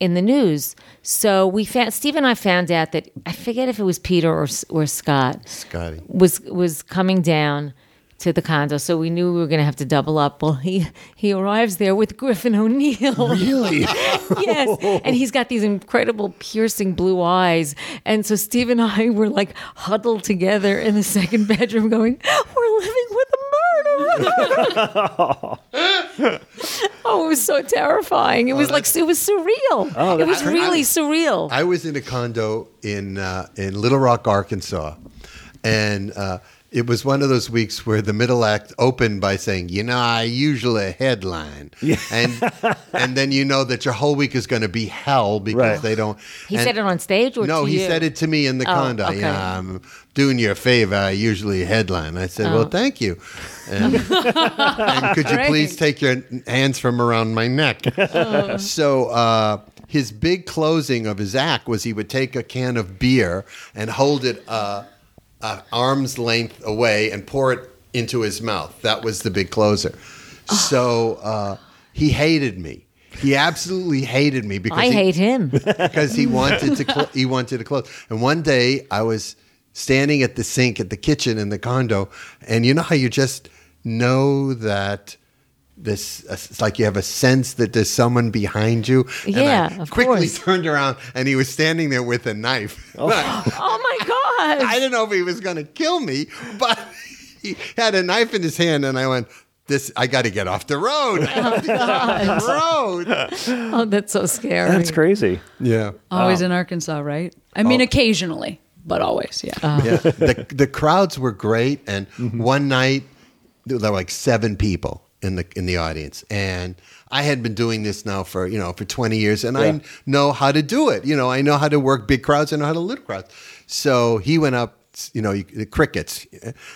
in the news. So we found Steve and I found out that I forget if it was Peter or S- or Scott Scotty. was was coming down to the condo, so we knew we were going to have to double up. Well, he he arrives there with Griffin O'Neill. Really? yes. And he's got these incredible piercing blue eyes. And so Steve and I were like huddled together in the second bedroom going, We're living with a murderer. oh, it was so terrifying. Oh, It was like, it was surreal. it was really surreal. I was in a condo in uh, in Little Rock, Arkansas, and uh, it was one of those weeks where the middle act opened by saying, "You know, I usually headline," and and then you know that your whole week is going to be hell because Right. they don't. he and- said it on stage or no, to he you? said it to me in the Oh, condo. okay. Yeah, I'm doing you a favor. I usually headline. I said, Oh. "Well, thank you." And, and could you Great. please take your n- hands from around my neck? Oh. so uh, his big closing of his act was he would take a can of beer and hold it uh, uh, arm's length away and pour it into his mouth. That was the big closer. Oh. So uh, he hated me. He absolutely hated me because I he, hate him. because he wanted to cl- he wanted to close. And one day I was standing at the sink at the kitchen in the condo, and you know how you just know that this uh, it's like you have a sense that there's someone behind you and Yeah, I of quickly course. turned around and he was standing there with a knife Oh my god! I didn't know if he was going to kill me, but he had a knife in his hand, and I went, "This, I got to get off the road. I gotta get off the road." oh, that's so scary. That's crazy. Yeah, Always in Arkansas, right? I mean, occasionally, but always, yeah. Uh. yeah. The the crowds were great, and Mm-hmm. one night there were like seven people in the in the audience, and I had been doing this now for you know for twenty years, and Yeah. I know how to do it. You know, I know how to work big crowds, I know how to little crowds. So he went up. You know, you- the crickets,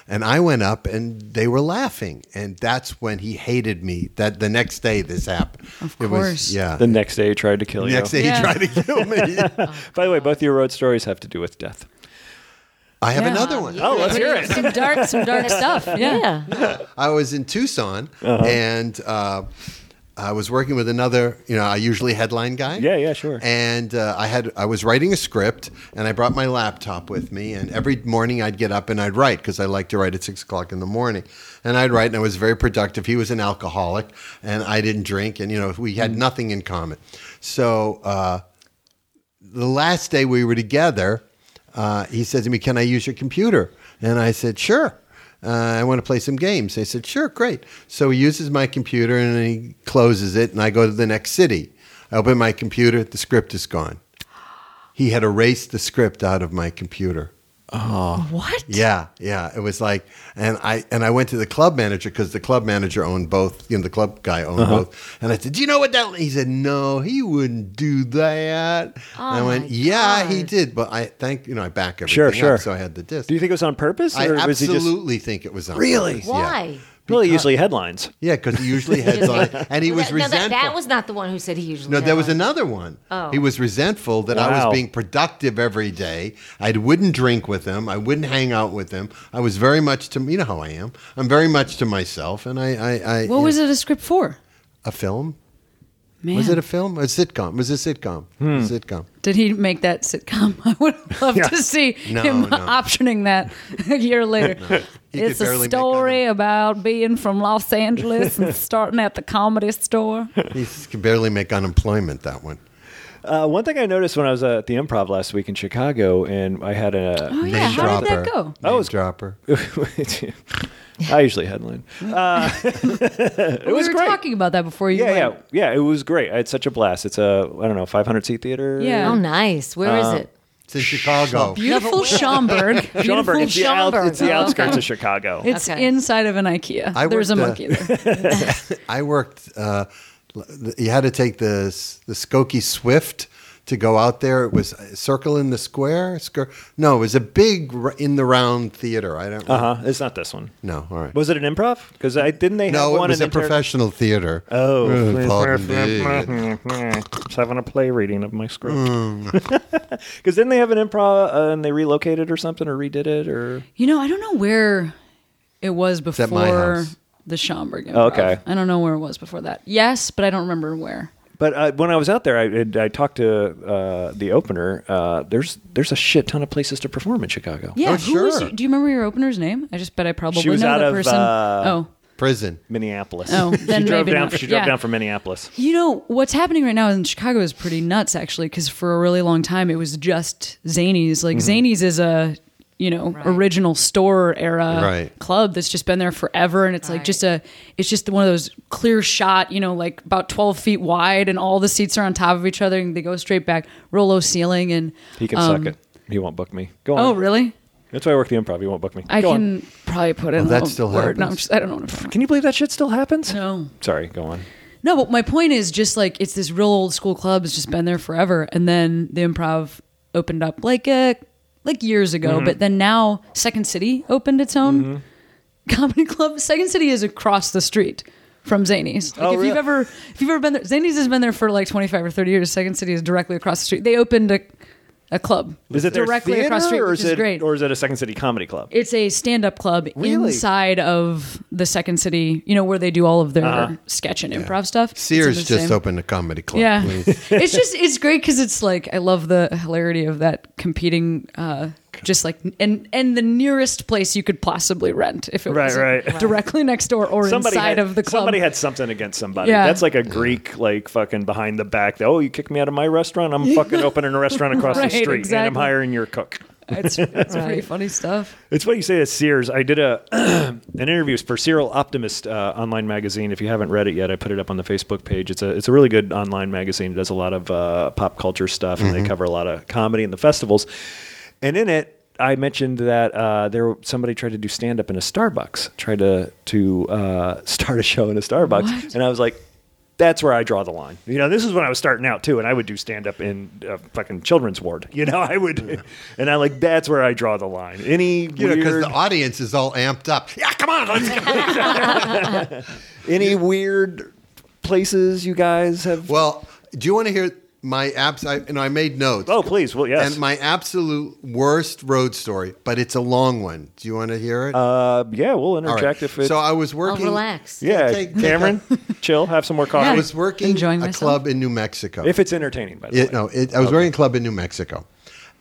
and I went up, and they were laughing, and that's when he hated me. That the next day this happened. Of course. yeah. The next day, he tried to kill The you. next day Yeah. he tried to kill me. By the way, both your road stories have to do with death. I have Yeah. another one. Oh, let's hear it. Some dark, some dark stuff. Yeah. Yeah. I was in Tucson Uh-huh. and uh, I was working with another, you know, I usually headline guy. Yeah, yeah, sure. And uh, I had I was writing a script and I brought my laptop with me and every morning I'd get up and I'd write because I like to write at six o'clock in the morning and I'd write and I was very productive. He was an alcoholic and I didn't drink and you know we Mm. had nothing in common. So uh, the last day we were together, uh, he said to me, "Can I use your computer?" And I said, "Sure." Uh, I want to play some games. They said, "Sure, great." So he uses my computer and he closes it, and I go to the next city. I open my computer; the script is gone. He had erased the script out of my computer. What? Yeah, yeah. It was like, and I and I went to the club manager because the club manager owned both. You know, the club guy owned Uh-huh. both. And I said, "Do you know what that?" He said, "No, he wouldn't do that." and I went, Oh my "Yeah, God. he did." But I thank you know I back everything Sure, up, sure. so I had the disc. Do you think it was on purpose? I Or was he just absolutely think it was on Really? purpose, yeah. Why? really usually headlines? Yeah, because he usually heads on, and he was that, no, that, resentful. that was not the one who said he usually. No, had there was one. another one. Oh. He was resentful that I Wow. was being productive every day. I wouldn't drink with him. I wouldn't hang out with him. I was very much to you know how I am. I'm very much to myself, and I. I, I What was it a script for? A film? Man. Was it a film? A sitcom? It was a sitcom? Hmm. A sitcom? Did he make that sitcom? I would love to see No, him no. optioning that a year later. He It's could a barely make that story about being from Los Angeles and starting at the comedy store. He can barely make unemployment. That one. Uh, one thing I noticed when I was uh, at the Improv last week in Chicago, and I had a Oh, yeah. Name How did that dropper. go? That Name was- dropper. I usually headline. we was were great. talking about that before you Yeah, went. yeah, yeah. It was great. I had such a blast. It's a I don't know, 500 seat theater. Yeah. Oh, nice. Where Uh, is it? It's in Chicago. Beautiful Schaumburg. Schaumburg. Beautiful It's the, out, Schaumburg. it's the Oh, outskirts okay. of Chicago. It's Okay. inside of an IKEA. I There's a worked, monkey uh, there. I worked. Uh, l- you had to take the s- the Skokie Swift to go out there. It was a circle in the square. Scir- no, it was a big r- in the round theater. I don't. uh huh. It's not this one. No, all right. Was it an improv? Because I didn't they have no, one it was in a inter- professional theater. Oh, Mm, pardon me. Mm. just having a play reading of my script. Because didn't they have an improv uh, and they relocated or something or redid it or? You know, I don't know where it was at my before house. the Schomburg. Improv. Oh, okay. I don't know where it was before that. Yes, but I don't remember where. Oh, But uh, when I was out there, I, had- I talked to uh, the opener. Uh, there's there's a shit ton of places to perform in Chicago. Yeah, Oh, who was? sure. Do you remember your opener's name? I just bet I probably She was know out the of, person. uh, oh, Prison. Minneapolis. Oh, then she drove maybe down. not. She drove Yeah. down from Minneapolis. you know what's happening right now in Chicago is pretty nuts, actually, because for a really long time it was just Zanies. Like Mm-hmm. Zanies is a you know original store era Right. club that's just been there forever, and it's like just a it's just one of those clear shot, you know, like about twelve feet wide, and all the seats are on top of each other, and they go straight back, Rolo ceiling, and He can um, suck it. He won't book me. Go on. Oh, really? That's why I work the improv. He won't book me. I go can On. probably put in Oh, that a still word. No, happens. I'm just, I don't know. Can you believe that shit still happens? No. Sorry. Go on. No, but my point is just like it's this real old school club has just been there forever, and then the improv opened up like uh like years ago, Mm-hmm. but then now Second City opened its own Mm-hmm. comedy club. Second City is across the street from Zanies. Like Oh, if you've really? ever if you've ever been there, Zanies has been there for like twenty five or thirty years. Second City is directly across the street. They opened a a club. Is it their directly theater, across the street, or which is is it great. or is it a Second City comedy club? It's a stand-up club Really? inside of the Second City, you know, where they do all of their sketch and improv stuff. It's in Uh-huh. Sears the just same- opened a comedy club. Yeah, please. it's just it's great because it's like I love the hilarity of that competing uh, just like and and the nearest place you could possibly rent if it Right, was right. directly next door or inside had, of the club. Somebody had something against somebody. Yeah. That's like a Greek, like fucking behind the back. Oh, you kicked me out of my restaurant. I'm fucking opening a restaurant across Right, the street, and I'm exactly. hiring your cook. it's it's pretty funny stuff. It's what you say at Sears. I did a an interview for Serial Optimist uh, online magazine. If you haven't read it yet, I put it up on the Facebook page. It's a it's a really good online magazine. It does a lot of uh, pop culture stuff, and they cover a lot of comedy and the festivals. And in it, I mentioned that uh, there somebody tried to do stand up in a Starbucks, tried to to uh, start a show in a Starbucks, and I was like. That's where I draw the line. You know, this is when I was starting out too, and I would do stand up in a fucking children's ward. You know, I would, and I like that's where I draw the line. Any You know, because weird- the audience is all amped up. Yeah, come on, let's go. Any weird places you guys have? well, do you want to hear my abs? I, you know, I made notes. oh, please. Well, yes. And my absolute worst road story, but it's a long one. Do you want to hear it? uh, yeah, we'll All interject right. if it's. so I was I'll Oh, working. relax. yeah, take- Cameron, chill. Have some more coffee. I was working Enjoying a myself. club in New Mexico. if it's entertaining, by the Yeah, way. no, it, I was running a club in New Mexico,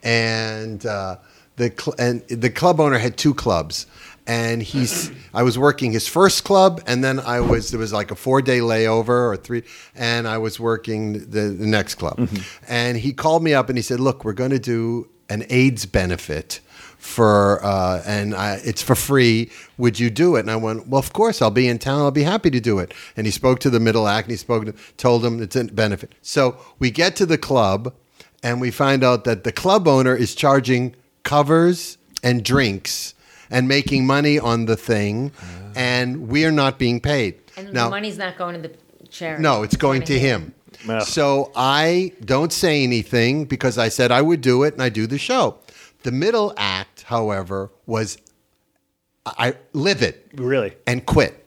and uh, the cl- and the club owner had two clubs, and he's I was working his first club, and then I was there was like a four day layover or three, and I was working the, the next club, Mm-hmm. and he called me up and he said, "Look, we're going to do an AIDS benefit." For uh, and I, it's for free. Would you do it? And I went. Well, of course, I'll be in town. I'll be happy to do it. And he spoke to the middle act, and he spoke to, told him it's a benefit. So we get to the club, and we find out that the club owner is charging covers and drinks and making money on the thing, and we are not being paid. And Now- the money's not going to the charity. no, it's going to him. Ugh. So I don't say anything because I said I would do it and I do the show. The middle act, however, was I I- livid Really? and quit.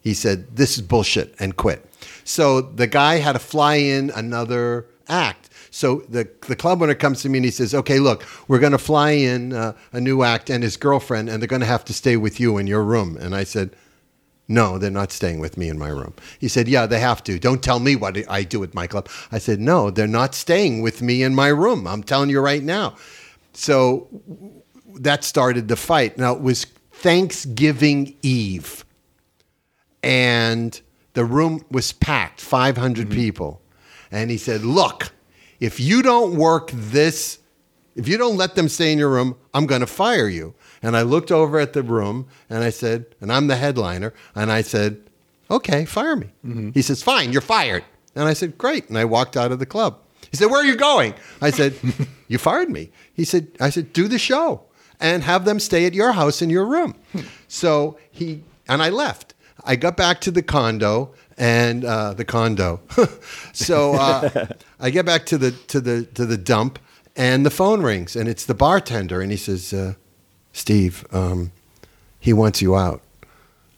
He said, This is bullshit and quit. So the guy had to fly in another act. So the, the club owner comes to me and he says, Okay, look, we're going to fly in uh, a new act and his girlfriend, and they're going to have to stay with you in your room. And I said, no, they're not staying with me in my room. He said, Yeah, they have to. Don't tell me what I do with my club. I said, No, they're not staying with me in my room. I'm telling you right now. So that started the fight. Now it was Thanksgiving Eve, and the room was packed, 500 people. And he said, "Look, if you don't work this, if you don't let them stay in your room, I'm going to fire you." And I looked over at the room and I said, "And I'm the headliner," and I said, "Okay, fire me." He says, "Fine, you're fired." And I said, "Great." And I walked out of the club. He said, "Where are you going?" I said, "You fired me." He said, "I said do the show." and have them stay at your house in your room. So he and I left. I got back to the condo and uh, the condo. so uh, I get back to the to the to the dump, and the phone rings, and it's the bartender, and he says, uh, "Steve, um, he wants you out."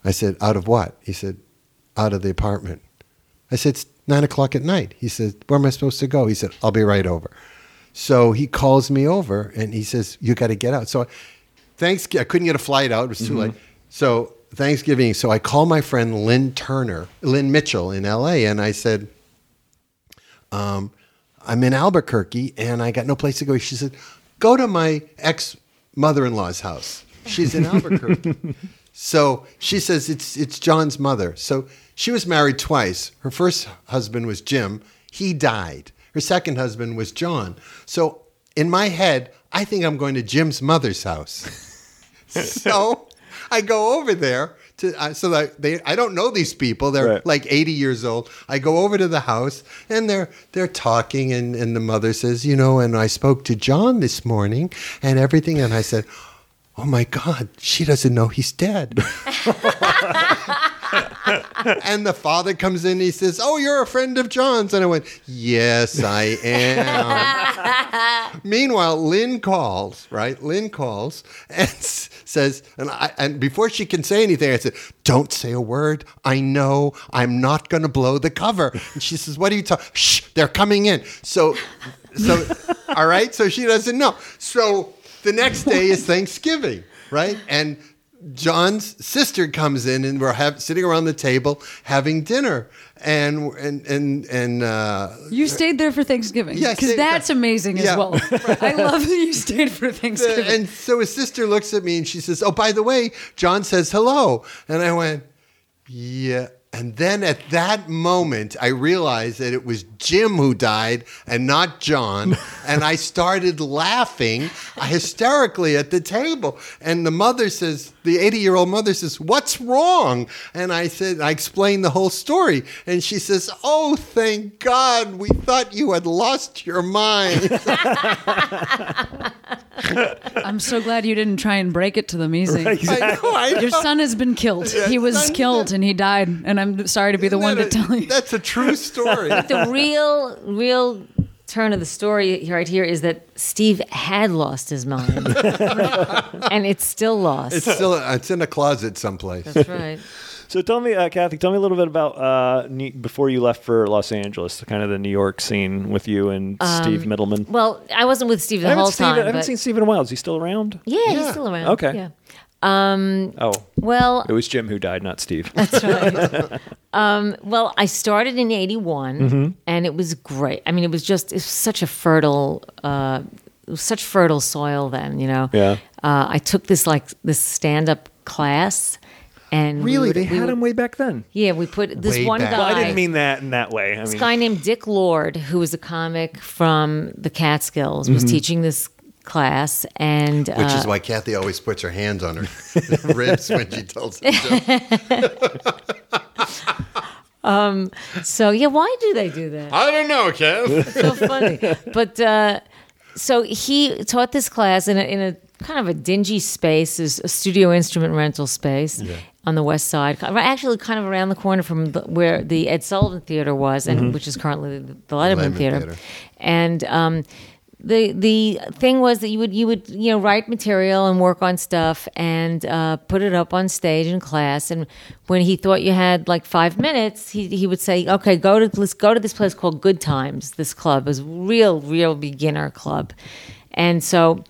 I said, "Out of what?" He said, "Out of the apartment." I said, it's nine o'clock at night. He said, where am I supposed to go? He said, I'll be right over. So he calls me over and he says, you got to get out. So I, thanks, I couldn't get a flight out. It was too late. So Thanksgiving. So I call my friend Lynn Turner, Lynn Mitchell in LA. And I said, um, I'm in Albuquerque and I got no place to go. She said, go to my ex mother-in-law's house. She's in Albuquerque. So she says it's it's John's mother. So she was married twice. Her first husband was Jim. He died. Her second husband was John. So in my head, I think I'm going to Jim's mother's house. so I go over there to uh, so that they I don't know these people. They're Right. like 80 years old. I go over to the house and they're they're talking and and the mother says, "You know, and I spoke to John this morning and everything." And I said, "Oh my god, she doesn't know he's dead." and the father comes in and he says, "Oh, you're a friend of John's." And I went, "Yes, I am." Meanwhile, Lynn calls, right? Lynn calls and s- says, and, I, and before she can say anything, I said, Don't say a word. I know I'm not going to blow the cover. And she says, What are you talking? Shh, they're coming in. So, so, all right. So she doesn't know. So the next day is Thanksgiving, right? And John's sister comes in and we're have, sitting around the table having dinner, and and and and uh, You stayed there for Thanksgiving. Yeah, I because stayed- that's amazing Yeah. as well. I love that you stayed for Thanksgiving. and so his sister looks at me and she says, "Oh, by the way, John says hello." And I went, "Yeah." And then at that moment, I realized that it was Jim who died and not John. And I started laughing hysterically at the table. And the mother says, the 80 year old mother says, What's wrong? And I said, I explained the whole story. And she says, Oh, thank God, we thought you had lost your mind. I'm so glad you didn't try and break it to them easy. I know, I Your know. son has been killed. he was son- killed and he died. And I'm sorry to be the one to Isn't that tell a- you. That's a true story. the real real turn of the story right here is that Steve had lost his mind, and it's still lost. it's still it's in a closet someplace. That's right. So tell me, uh, Kathy, tell me a little bit about uh, Ne- before you left for Los Angeles, kind of the New York scene with you and Steve Middleman. Well, I wasn't with Steve I the haven't, Um, whole Steve, I time. haven't but- seen Stephen Wild. Is he still around? yeah, Yeah. he's still around. Okay. Yeah. Oh, Well, it was Jim who died, not Steve. Well, I started in '81, Mm-hmm. and it was great. I mean, it was just it's such a fertile, uh, it was such fertile soil then. You know, Yeah. Uh, I took this like this stand-up class, and we really, would- they we had would- him way back then. Yeah, we put this Way one back. guy. Well, I didn't mean that in that way. I mean, This guy named Dick Lord, who was a comic from the Catskills, was Mm-hmm. teaching this class, and uh, Which is why Kathy always puts her hands on her ribs when she tells the joke. uh, so yeah, why do they do that? I don't know, Kev. so funny. But uh, so he taught this class in a, in a kind of a dingy space, is a studio instrument rental space on the west side, ki- actually kind of around the corner from the, where the Ed Sullivan Theater was, and which is currently the, the Letterman, Mm-hmm. Letterman Theater. Theater. And um, the the thing was that you would you would you know write material and work on stuff and uh, put it up on stage in class. And when he thought you had like five minutes, he he would say, "Okay, go to let's go to this place called Good Times. This club is real real beginner club." And so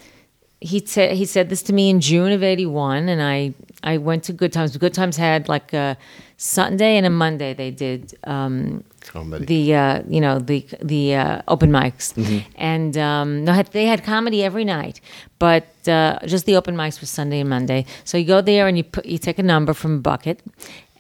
he said he said this to me in June of '81, and I I went to Good Times. Good Times had like a Sunday and a Monday. They did um, Comedy. the uh, you know the the uh, open mics, and um, no, had- they had comedy every night, but uh, just the open mics was Sunday and Monday. So you go there and you put, you take a number from a bucket,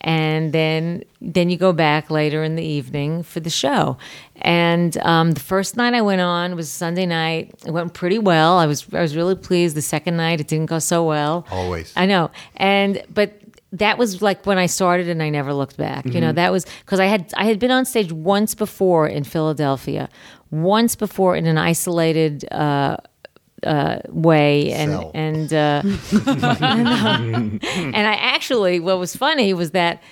and then then you go back later in the evening for the show. And um, the first night I went on was Sunday night. It went pretty well. I was I was really pleased. The second night it didn't go so well. Always. I know. And but that was like when I started and I never looked back. You Mm-hmm. know, that was cuz I had I had been on stage once before in Philadelphia, once before in an isolated uh uh way and Cell. and uh and I actually what was funny was that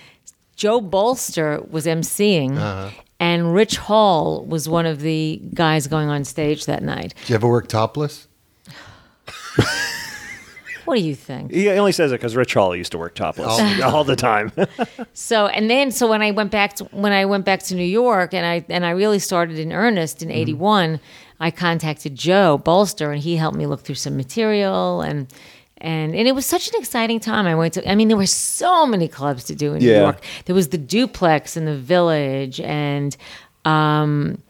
Joe Bolster was emceeing Uh-huh. and Rich Hall was one of the guys going on stage that night. Did you ever work topless? What do you think? he only says it because Rich Hall used to work topless all the time. So and then so when I went back to when I went back to New York and I and I really started in earnest in eighty I contacted Joe Bolster and he helped me look through some material and and and it was such an exciting time. I went to I mean there were so many clubs to do in New Yeah. York. There was the duplex in the village and um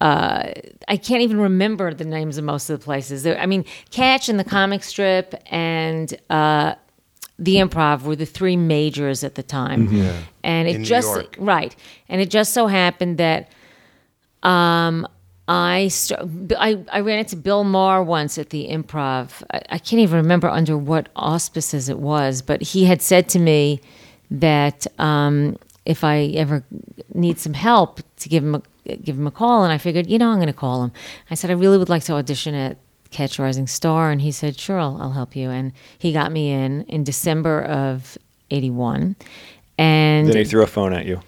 uh, I can't even remember the names of most of the places. There, I mean, Catch and the comic strip and uh, the improv were the three majors at the time and it Mm-hmm. In New just York. right and it just so happened that um I, st- I I ran into Bill Maher once at the improv. I, I can't even remember under what auspices it was, but he had said to me that um, if I ever need some help, to give him a, give him a call. And I figured, you know, I'm going to call him. I said I really would like to audition at Catch a Rising Star, and he said, sure, I'll, I'll help you. And he got me in in December of '81, and then he threw a phone at you.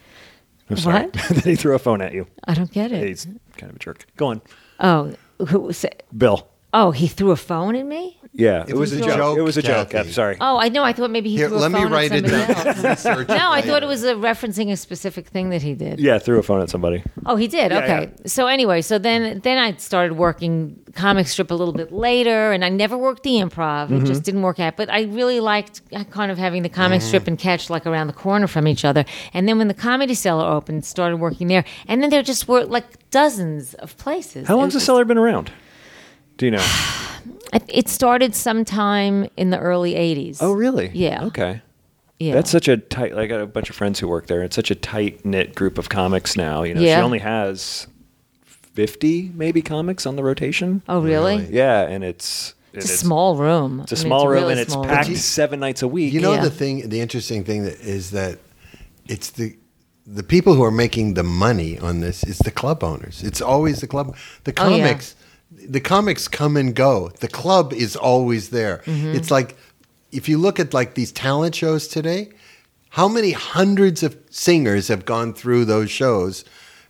I'm sorry. What? then he threw a phone at you. I don't get it. He's kind of a jerk. Go on, Oh, who was it? Bill. Oh, he threw a phone at me? Yeah, it was was a a joke. joke, It was a joke. Kathy. I'm sorry. Oh, I know. I thought maybe he Here, threw a let phone me write at it somebody down. else. Research No, I thought later. it was a referencing a specific thing that he did. Yeah, threw a phone at somebody. Oh, he did. Yeah, okay. yeah. So anyway, so then then I started working comic strip a little bit later, and I never worked the improv. It just didn't work out. But I really liked kind of having the comic strip and catch like around the corner from each other. And then when the comedy cellar opened, started working there, and then there just were like dozens of places. How long's the It- cellar been around? Do you know? it- It started sometime in the early '80s. Oh, really? Yeah. Okay. yeah. That's such a tight. I got a bunch of friends who work there. It's such a tight knit group of comics now. You know, Yeah. she only has fifty maybe comics on the rotation. oh, really? Really. Yeah, and it's It's and a small room. It's a small room and it's packed room. seven nights a week. You know Yeah. the thing, the interesting thing that is that it's the the people who are making the money on this is the club owners. It's always the club, the Oh, yeah. comics. The comics come and go. The club is always there. Mm-hmm. It's like if you look at like these talent shows today, how many hundreds of singers have gone through those shows,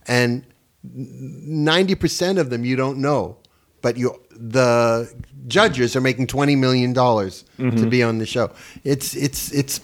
and ninety percent of them you don't know, but you the judges are making twenty million dollars to be on the show. It's it's it's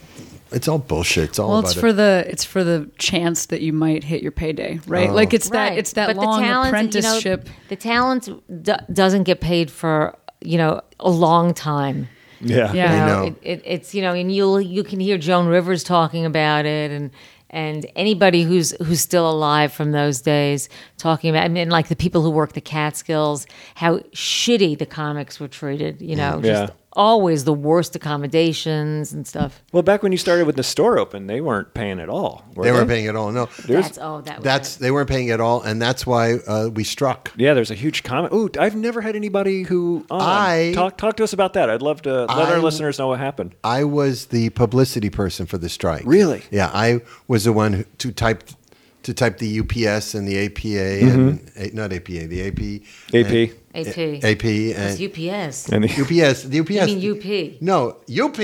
it's all bullshit. It's all Well, about it's it. for the it's for the chance that you might hit your payday, right? Like it's that it's that But the long talent, you know, apprenticeship. the talent d- doesn't get paid for you know a long time. yeah. yeah, I know. It, it, it's you know, and you will you can hear Joan Rivers talking about it, and and anybody who's who's still alive from those days talking about. I mean, like the people who work the Catskills, how shitty the comics were treated. You know, just Yeah. always the worst accommodations and stuff. Well, back when you started with the store open, they weren't paying at all. Were they they, weren't paying at all. No, that's oh, that was that's they weren't paying at all, and that's why uh, we struck. Yeah, there's a huge comment. Ooh, I've never had anybody who on. I- talk talk to us about that. I'd love to let I- our listeners know what happened. I was the publicity person for the strike. Really? Yeah, I was the one who, to type to type the UPS and the APA and a, not APA, the AP, AP. AP. and, It AP was and UPS. And the, UPS. The UPS. mean UP. No, UP.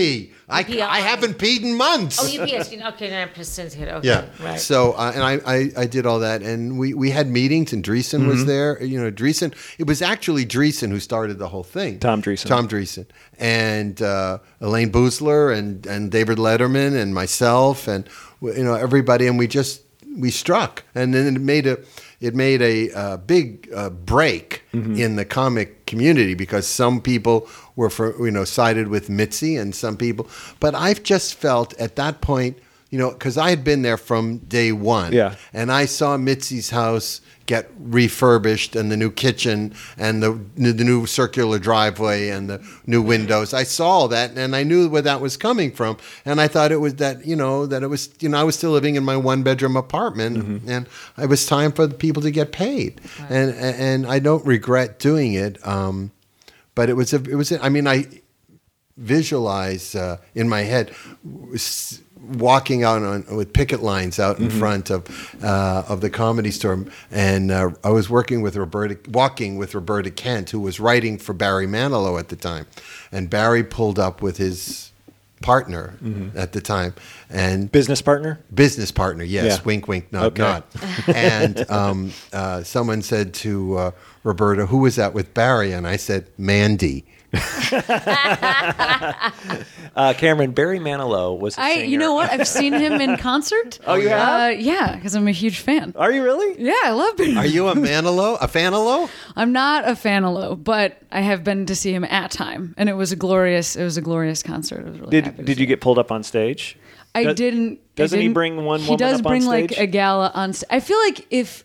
I, UPI. I haven't peed in months. Oh, UPS. You know, okay, now I'm here. Okay, yeah. right. So uh, and I, I I did all that, and we we had meetings, and Dreesen was Mm-hmm. there. You know, Dreesen. It was actually Dreesen who started the whole thing. Tom Dreesen. Tom Dreesen and uh, Elaine Boozler and and David Letterman and myself and you know everybody, and we just we struck, and then it made a it made a uh, big uh, break in the comic community because some people were for you know sided with Mitzi and some people, but I've just felt at that point. You know, because I had been there from day one, Yeah. and I saw Mitzi's house get refurbished and the new kitchen and the the new circular driveway and the new windows. I saw all that and I knew where that was coming from and I thought it was that, you know, that it was you know, I was still living in my one bedroom apartment and it was time for the people to get paid. And and I don't regret doing it. Um but it was a, it was a, I mean I visualize uh, in my head s- walking out on with picket lines out in front of uh, of the comedy store and uh, I was working with Roberta walking with Roberta Kent who was writing for Barry Manilow at the time and Barry pulled up with his partner at the time and business partner. business partner. Yes, Yeah. wink, wink, nod, Okay. nod. And um, uh, someone said to uh, Roberta, "Who was that with Barry?" And I said, "Mandy." Uh, Cameron Barry Manilow was. a I you singer. know what? I've seen him in concert. Oh, you Uh, yeah, because I'm a huge fan. Are you really? Yeah, I love Benny. Are you a Manilow? A Fanilo? I'm not a fanalo, but I have been to see him at time, and it was a glorious. It was a glorious concert. I was really happy to Did Did see you it. get pulled up on stage? I Do- didn't. I doesn't he didn't- bring one He woman does up on bring like stage? a gala on. st- I feel like if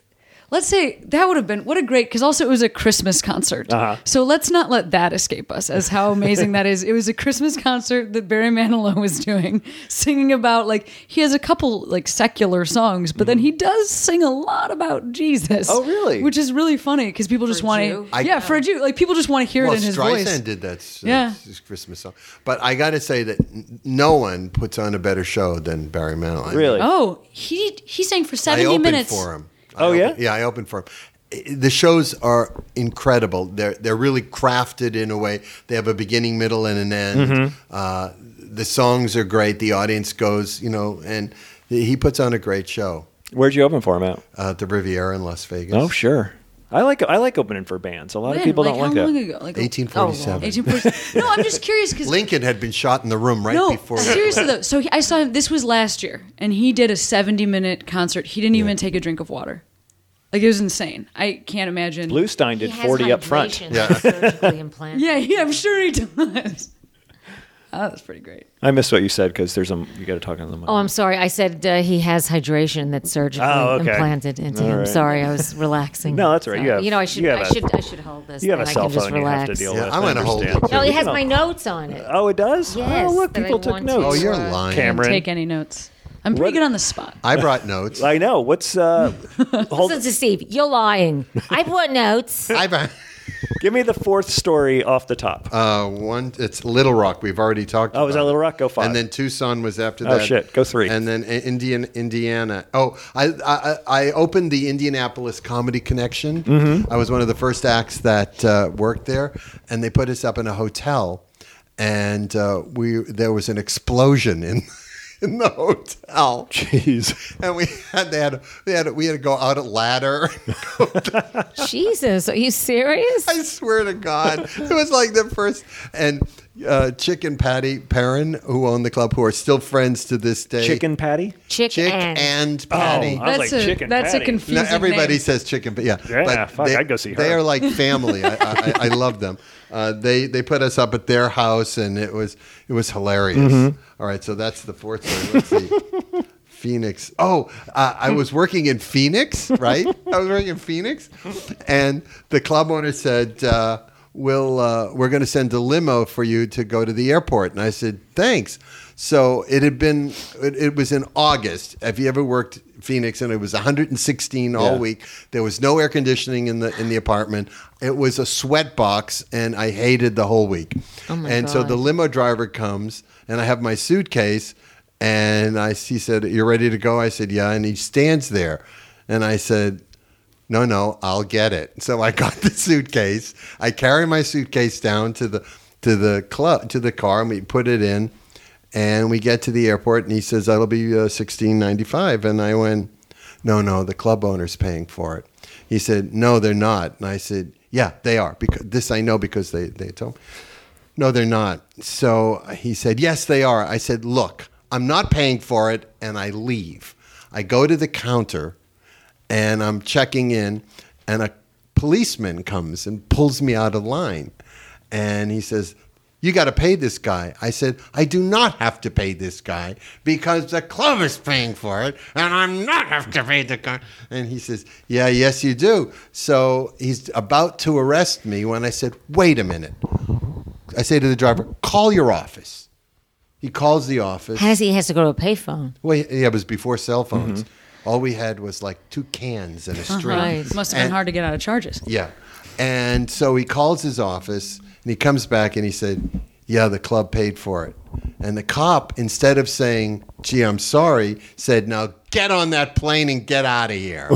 let's say that would have been what a great because also it was a Christmas concert. Uh-huh. So let's not let that escape us as how amazing that is. It was a Christmas concert that Barry Manilow was doing, singing about like he has a couple like secular songs, but then Mm-hmm. he does sing a lot about Jesus. Oh, really? Which is really funny because people just a want Jew? to. Yeah, for a Jew, like people just want to hear Well, it in his Streisand voice. did that s- Yeah. s- Christmas song. But I got to say that n- no one puts on a better show than Barry Manilow. Really? Oh, he he sang for I seventy opened minutes. for him. I Oh, yeah? opened- yeah, I opened for him. I- The shows are incredible. They're they're really crafted in a way. They have a beginning, middle, and an end. Mm-hmm. Uh, the songs are great. The audience goes, you know, and he puts on a great show Where'd you open for him at? uh, at the Riviera in Las Vegas. Oh, sure. I like I like opening for bands. A lot of When? people like, don't like how that. long ago? Like a- 1847. 1847. No, I'm just curious because Lincoln had been shot in the room right no, before. seriously though. So he, I saw him. This was last year, and he did a 70 minute concert. He didn't even take a drink of water. Like it was insane. I can't imagine. Bluestein did 40 up front. Yeah. Yeah. Yeah, yeah, I'm sure he does. Oh, that's pretty great. I missed what you said because there's a you got to talk on the mic. Oh, I'm sorry. I said uh, he has hydration that's surgically Oh, okay. implanted into All him. right. Sorry, I was relaxing. No, that's all right. Sorry. You have- know, I should, you have I a- should, I should hold this. you have a and I cell can just phone you relax. have to deal Yeah, with. I'm I gonna hold understand. it. No, it has Oh. my notes on it. Oh, it does. Yes, oh, look, that I people took want notes. to- Oh, you're Uh, lying. Cameron. Take any notes. I'm pretty What- good on the spot. I brought notes. I know. What's uh? hold, Listen to Steve. You're lying. I brought notes. I uh, brought give me the fourth story off the top. uh, one. It's Little Rock. We've already talked. Oh, was about that it. Little Rock? Go five. And then Tucson was after Oh, that. shit. Go three. And then I- Indian, Indiana. Oh, I I, I I opened the Indianapolis Comedy Connection. Mm-hmm. I was one of the first acts that uh, worked there, and they put us up in a hotel, and uh, we there was an explosion in. In the hotel, jeez, and we had they had they had we had to go out a ladder. Jesus, are you serious? I swear to God, it was like the first and uh, Chick and Patty Perrin, who owned the club, who are still friends to this day. Chicken patty. Chick, Chick and. and Oh, Patty. I was That's like a- chicken that's a patty. conf- No, confusing everybody name. says chicken, but yeah, Yeah, but fuck, I'd go see They her. are like family. I, I, I- I love them. Uh, they they put us up at their house, and it was it was hilarious. Mm-hmm. All right, so that's the fourth one. Let's see. Phoenix. Oh, uh, I was working in Phoenix, right? I was working in Phoenix, and the club owner said. Uh, We'll, uh, we're going to send a limo for you to go to the airport. And I said, thanks. So it had been, it, it was in August. Have you ever worked Phoenix? And it was 116 all Yeah. week. There was no air conditioning in the in the apartment. It was a sweat box, and I hated the whole week. Oh my and so God. the limo driver comes, and I have my suitcase, and I he said, "You're ready to go?" I said, "Yeah." And he stands there, and I said. No, no, I'll get it. So I got the suitcase. I carry my suitcase down to the to the club to the car, and we put it in. And we get to the airport, and he says, "That'll be uh, sixteen ninety-five." And I went, "No, no, the club owner's paying for it." He said, "No, they're not." And I said, "Yeah, they are because this I know because they they told me." No, they're not. So he said, Yes, they are. I said, Look, I'm not paying for it. And I leave. I go to the counter and I'm checking in, and a policeman comes and pulls me out of line. And he says, You got to pay this guy. I said, I do not have to pay this guy because the club is paying for it, and I'm not have to pay the guy. And he says, Yeah, yes, you do. So he's about to arrest me when I said, Wait a minute. I say to the driver, call your office. He calls the office. How does he has to go to a payphone? well, yeah, it was before cell phones. All we had was like two cans and a string. Right. Oh, Must have been And- hard to get out of charges. Yeah. And so he calls his office and he comes back and he said, Yeah, the club paid for it. And the cop, instead of saying, Gee, I'm sorry, said, Now get on that plane and get out of here.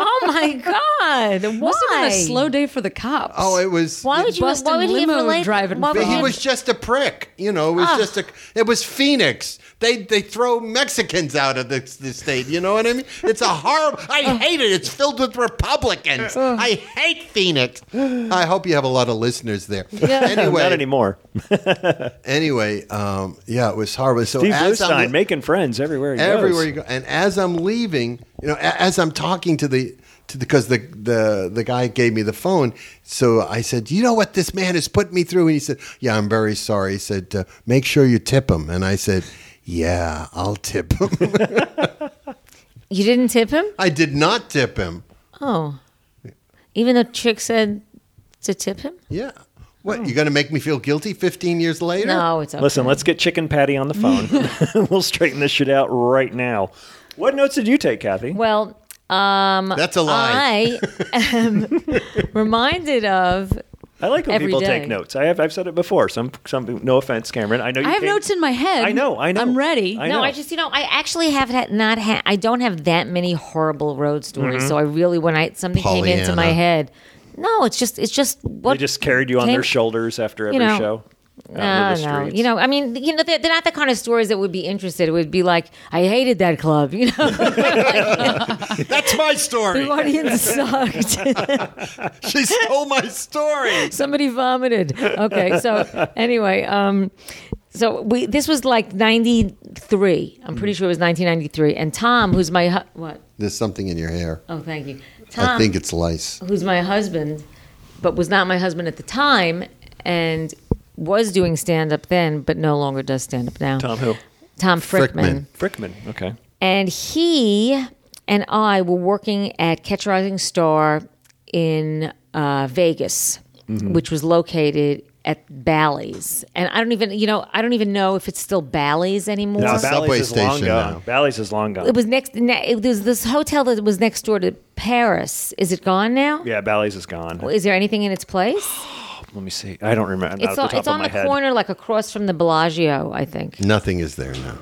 Oh my God! Why? Must have been a slow day for the cops. oh, it was. Why would you? Bust Why would and he have limo related? driving why would But from- he he have- was just a prick, you know. It was Ah. just a. It was Phoenix. They they throw Mexicans out of the, the state. You know what I mean? It's a horrible. I hate it. It's filled with Republicans. I hate Phoenix. I hope you have a lot of listeners there. Anyway, Not anymore. anyway, um, yeah, it was horrible. So Steve as I'm- Bluestein making friends everywhere he everywhere goes. you go. And as I'm leaving, you know, a- as I'm talking to the to because the, the the guy gave me the phone, so I said, "You know what this man has put me through?" And he said, "Yeah, I'm very sorry." He said, uh, "Make sure you tip him." And I said, "Yeah, I'll tip him." You didn't tip him? I did not tip him. Oh, even though Chick said to tip him. Yeah. What? You're going to make me feel guilty 15 years later? No, it's okay. Listen, let's get Chicken Patty on the phone. we'll straighten this shit out right now. What notes did you take, Kathy? Well, um, That's a lie. I am reminded of. I like when every people day. take notes. I have I've said it before. Some some no offense, Cameron. I know you I have came- notes in my head. I know, I know. I'm ready. I no, know. I just you know I actually have had not had I don't have that many horrible road stories. Mm-hmm. So I really when I something came into my Pollyanna. head. No, it's just it's just what they just carried you on came- their shoulders after every you know, uh, show. out into the no. streets. You know, I mean, you know, they're, they're not the kind of stories that would be interested. It would be like, I hated that club. You know, That's my the story. audience sucked. She stole my story. Somebody vomited. Okay, so anyway, um, so we this was like '93. I'm pretty sure it was 1993. And Tom, who's my hu- what? There's something in your hair. Oh, thank you. Tom, I think it's lice. who's my husband, but was not my husband at the time, and was doing stand up then, but no longer does stand up now. Tom who? Tom Frickman. Frickman. Frickman. Okay. And he and I were working at Catch a Rising Star in uh, Vegas, Mm-hmm. which was located at Bally's. And I don't even, you know, I don't even know if it's still Bally's anymore. No, subway Bally's is long station gone. now. Bally's is long gone. it was next. Ne- it was this hotel that was next door to Paris. Is it gone now? yeah, Bally's is gone. Is there anything in its place? Let me see. I don't remember. It's, not on- at the top it's on of my the head. corner, like across from the Bellagio, I think. Nothing is there now.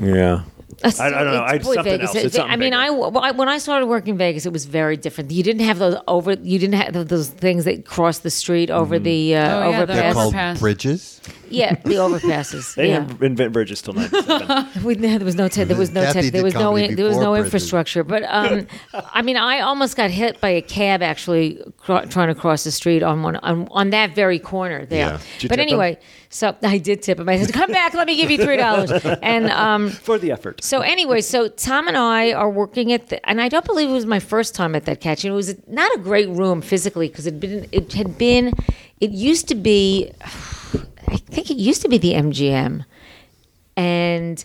Yeah. So I, I don't know. it's- I, boy, something Vegas, else. it- It's something I mean, bigger. I well, I- when I started working in Vegas, it was very different. You didn't have those over. You didn't have those- those things that cross the street over the uh, Oh, yeah, the overpass. Yes. They're called Overpass. bridges. yeah, the overpasses. They yeah. didn't invent bridges till 97. We, there was no tech. There was no Kathy tech. There did was no. comedy There was no before Bridges. infrastructure. But um, I mean, I almost got hit by a cab actually cro- trying to cross the street on one on, on that very corner there. Yeah. Did you But tip him? anyway, so I did tip him. I said, "Come back. Let me give you three dollars." And um, For the effort. so anyway, so Tom and I are working at the, and I don't believe it was my first time at that catch. And it was not a great room physically because it been it had been it used to be, I think it used to be the MGM, and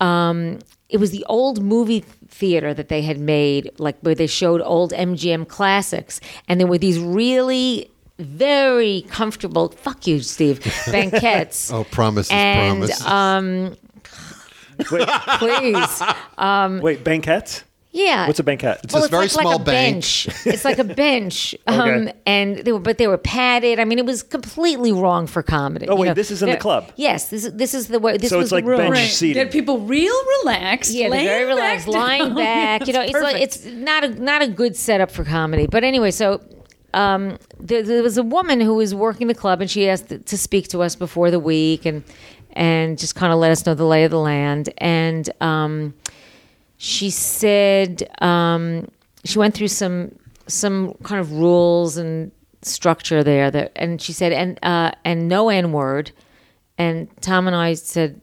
um, it was the old movie theater that they had made, like where they showed old MGM classics, and there were these really very comfortable fuck you steve banquettes Oh, promises, and promises. um Wait, please Mm. wait, banquets? yeah What's a banquet? It's Well, this it's very like, like small a bank. bench. It's like a bench, um, Okay. and they were, but they were padded. I mean, it was completely wrong for comedy. Oh, wait, this is in the There- club. Yes, this is this is the way. This So was it's the like room. bench Right. seating. Get people real relaxed. Yeah, they're laying very relaxed, back lying down. back. You know, it's like perfect. it's not a not a good setup for comedy. But anyway, so um, there, there was a woman who was working the club, and she asked to speak to us before the week, and and just kind of let us know the lay of the land. And um, she said um, she went through some some kind of rules and structure there that, and she said and uh, and no n word. And Tom and I said,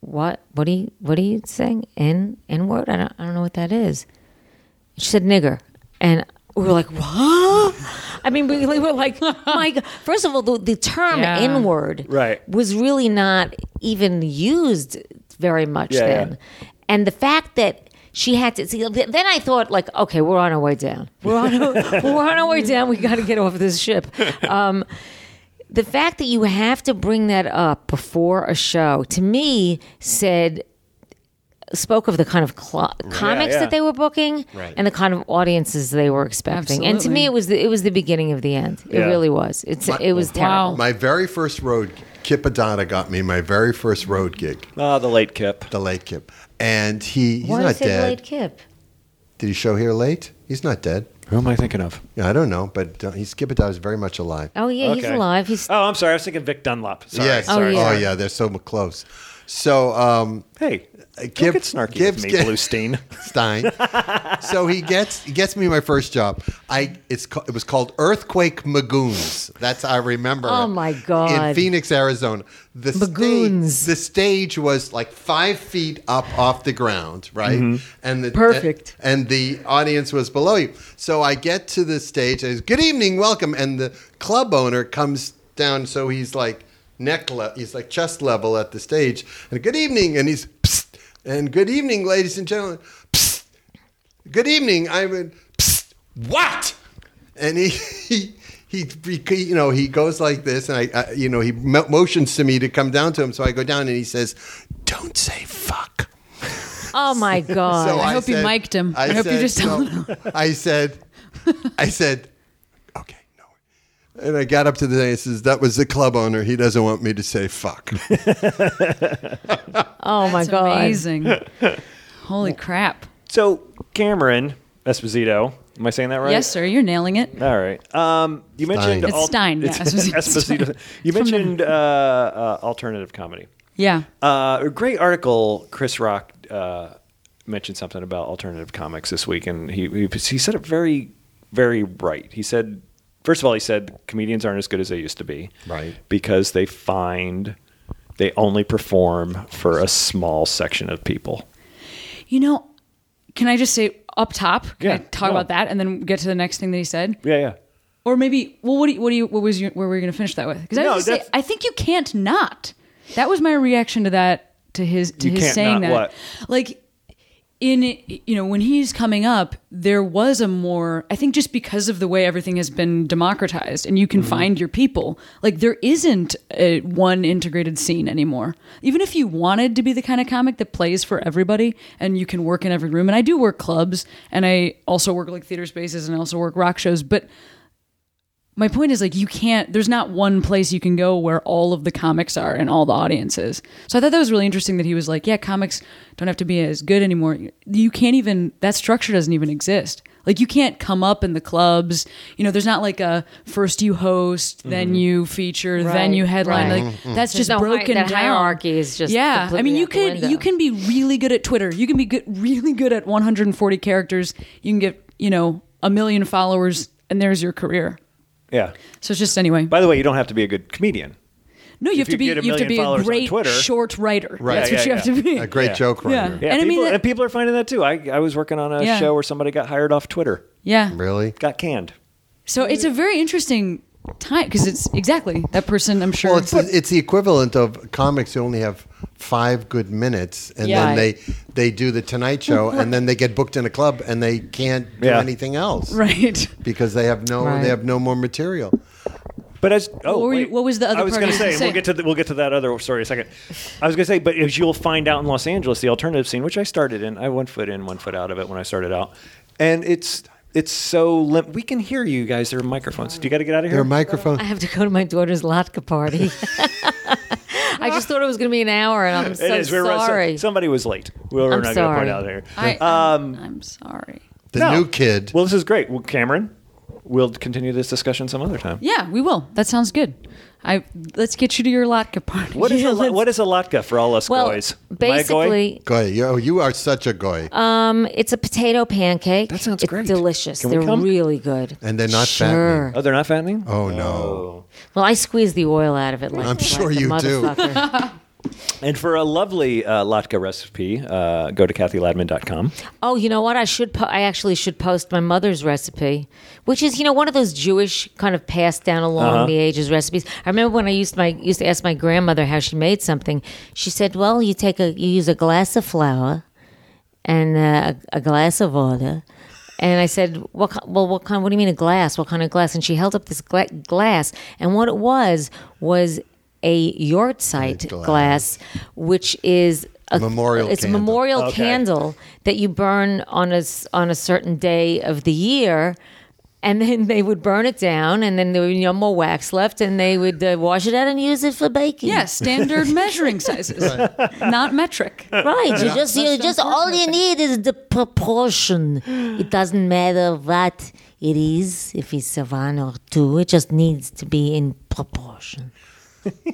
what what are you what are you saying n n word I don't, I don't know what that is she said nigger and we were like what i mean we, we were like my God. first of all the, the term Yeah. n word Right. was really not even used very much Yeah, then and the fact that she had to see then i thought like okay we're on our way down we're on our, we're on our way down we got to get off this ship um, the fact that you have to bring that up before a show to me said spoke of the kind of cl- comics yeah. that they were booking and the kind of audiences they were expecting and to Absolutely. me it was the, it was the beginning of the end it Yeah. really was it's it was terrible Wow. My very first road, Kip Adada got me my very first road gig, Ah, the late Kip. the late Kip. And he, he's why not is it dead. late kip Did he show here late? He's not dead. Who am I thinking of? Yeah, I don't know, but uh, he's Kip Adada is very much alive. oh yeah he's Okay. alive he's Oh, I'm sorry. I was thinking Vic Dunlop. Sorry. Yes. Sorry. yeah. Oh, yeah. They're so m- close. So, um, Hey, Kip- Uh, Kip, get snarky Kip's with me, get- Bluestein. Stein. so he gets he gets me my first job. I it's ca- it was called Earthquake Magoons. That's how I remember. Oh, it. my God. In Phoenix, Arizona, the sta- Magoons. the stage was like five feet up off the ground, right? And the Perfect. And, and the audience was below you. So I get to the stage. I says, "Good evening, welcome." And the club owner comes down, so he's like neck level. He's like chest level at the stage. And good evening, and he's. Psst, and good evening, ladies and gentlemen. Psst, good evening. I would. Psst, what? And he, he, he, he, you know, he goes like this, and I, I you know, he mo- motions to me to come down to him. So I go down, and he says, "Don't say fuck." oh my god so I hope you mic'd him. I hope you just no. told I said, I said, okay, no. And I got up to the thing and says, "That was the club owner. He doesn't want me to say fuck." oh my It's god amazing. Holy crap. So Cameron Esposito Am I saying that right? Yes, sir. You're nailing it. All right. Um, you mentioned It's Stein, yeah, Esposito. Esposito. You mentioned uh, uh, alternative comedy. Yeah. Uh, a great article. Chris Rock uh, mentioned something about alternative comics this week, and he, he he said it very, very right. He said, first of all, he said comedians aren't as good as they used to be, Right. Because they find they only perform for a small section of people. You know, can I just say up top? Can Yeah, I talk no. about that and then get to the next thing that he said? Yeah, yeah. Or maybe, well, what do you, what do you, what was your, where were you going to finish that with? Because I No, was gonna say, that's- I think you can't not. That was my reaction to that, to his, to You his can't saying not that. what? Like, in, you know, when he's coming up, there was a more, I think just because of the way everything has been democratized and you can Mm-hmm. find your people, like, there isn't a one integrated scene anymore. Even if you wanted to be the kind of comic that plays for everybody and you can work in every room, and I do work clubs and I also work like theater spaces and I also work rock shows, but my point is like you can't there's not one place you can go where all of the comics are and all the audiences so i thought that was really interesting that he was like yeah comics don't have to be as good anymore you can't even that structure doesn't even exist like you can't come up in the clubs you know there's not like a first you host then you feature Mm-hmm. Right, then you headline right. Mm-hmm. like that's There's just no hi- broken that down hierarchy is just yeah i mean completely you out the could window. you can be really good at twitter you can be good really good at 140 characters you can get you know a million followers and there's your career Yeah. so it's just anyway By the way, you don't have to be a good comedian. no, you have you to be get a you have to million be a followers on great Twitter- short writer. That's Yeah, what yeah, you have to be. A great Yeah. joke Yeah. writer. Yeah, And I people, mean that- and people are finding that too. I, I was working on a Yeah. show where somebody got hired off Twitter, Yeah. Really? got canned. So it's a very interesting time because it's exactly that person. I'm sure. Well, Well, it's the, it's the equivalent of comics who only have five good minutes, and Yeah. then they they do the Tonight Show, and then they get booked in a club, and they can't do Yeah. anything else right. because they have no Right. they have no more material. But as oh, What were you- wait. what was the other I was part going you to were say, gonna and we'll say? get to the, we'll get to that other story in a second. I was going to say, but as you'll find out in Los Angeles, the alternative scene, which I started in, I had one foot in, one foot out of it when I started out, and it's it's so limp. We can hear you guys. There are microphones. Do you got to get out of Their here? microphone. I have to go to my daughter's latke party. I just thought it was going to be an hour, and I'm so It is. We're- so- sorry. somebody was late. We We're not I'm going to sorry. point out there. I, Um, I'm, I'm sorry. The No. new kid. Well, this is great. Well, Cameron, we'll continue this discussion some other time. Yeah, we will. That sounds good. I let's get you to your latke party. What is Yeah, a, la- let's- what is a latke for all us well, guys? Am I a goy? basically, Goy, you, oh, you are such a goy, Uh, it's a potato pancake. That sounds it's great. delicious. Can we they're come? really good. and they're not sure. Oh, they're not fattening. Oh, no. Well, I squeeze the oil out of it. Like, I'm sure like a you do. motherfucker. And for a lovely uh, latke recipe, uh, go to kathyladman.com. oh, you know what? I should. Po- I actually should post my mother's recipe, which is you know one of those Jewish kind of passed down along the ages recipes. I remember when I used my used to ask my grandmother how she made something. She said, "Well, you take a you use a glass of flour and uh, a, a glass of water." And I said, "What? ki- Well, what kind? What do you mean a glass? What kind of glass?" And she held up this gla- glass, and what it was was a yortzite glass. glass. which is a Memorial It's candle. a memorial Okay. candle that you burn on a s- on a certain day of the year. And then they would burn it down, and then there would be no more wax left, and they would uh, wash it out and use it for baking. Yeah, standard measuring sizes, not metric. Right. You just you just all you need is the proportion. It doesn't matter what it is, if it's a one or two, it just needs to be in proportion.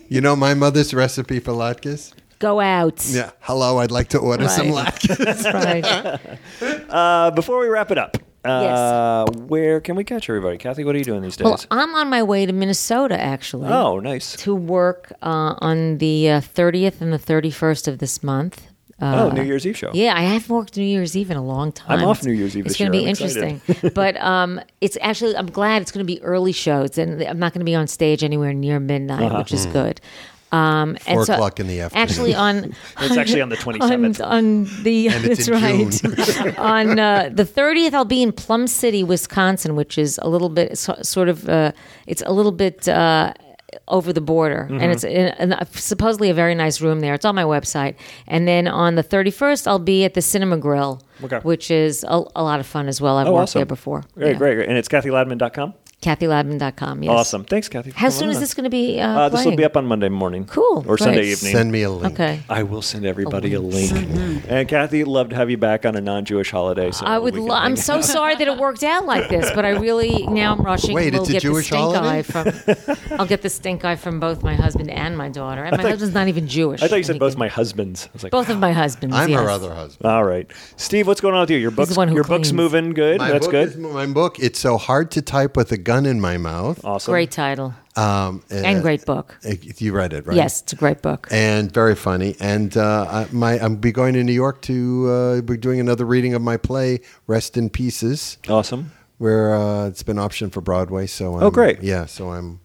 You know my mother's recipe for latkes? Go out. Yeah. Hello, I'd like to order some latkes. That's right. Uh, before we wrap it up, uh, where can we catch everybody? Kathy, what are you doing these well, days? I'm on my way to Minnesota actually. oh, nice. To work uh, on the uh, 30th and the 31st of this month. Oh, New Year's Eve show. uh, Yeah, I haven't worked New Year's Eve in a long time. off It's- New Year's Eve this It's going to year. be I'm excited. interesting, but um, it's actually I'm glad it's going to be early shows, and I'm not going to be on stage anywhere near midnight, Uh-huh. which Mm-hmm. is good. Um, and Four so- o'clock in the afternoon. Actually, uh, on It's actually on the on, 27th. on the And that's it's in right on uh, the 30th i'll be in plum city wisconsin which is a little bit so, sort of uh, it's a little bit uh, over the border Mm-hmm. and it's in, in, uh, supposedly a very nice room there it's on my website and then on the 31st i'll be at the cinema grill Okay. which is a, a lot of fun as well i've Oh, worked awesome. there before Great, Yeah. great, great. And it's kathyladman.com. KathyLabman.com. Yes. Awesome. Thanks, Kathy. for How coming soon is on. this going to be? Uh, Uh, this will playing? be up on Monday morning. Cool. Or Great. Sunday evening. Send Oh, me a link. Okay. I will send everybody a link. And Kathy, love to have you back on a non-Jewish holiday. So I would. we can Lo- I'm hang so sorry that it worked out like this, but I really now I'm rushing. Wait, we'll it's a get Jewish the stink holiday? eye from. I'll get the stink eye from both my husband and my daughter. And my thought- husband's not even Jewish. I thought you and said he both can- my husbands. I was like, both of my husbands. I'm yes. her other husband. all right, Steve, what's going on with you? Your the books, one who your books cleans. moving good. My That's book good. Is, my book. It's so hard to type with a gun in my mouth. awesome. Great title Um, and uh, great book. uh, You read it, right? Yes, it's a great book. and very funny. And uh, I- my, I'm be going to New York to uh, be doing another reading of my play Rest in Pieces, Awesome. where uh, it's been optioned for Broadway. So I'm, Oh, great. yeah. So I'm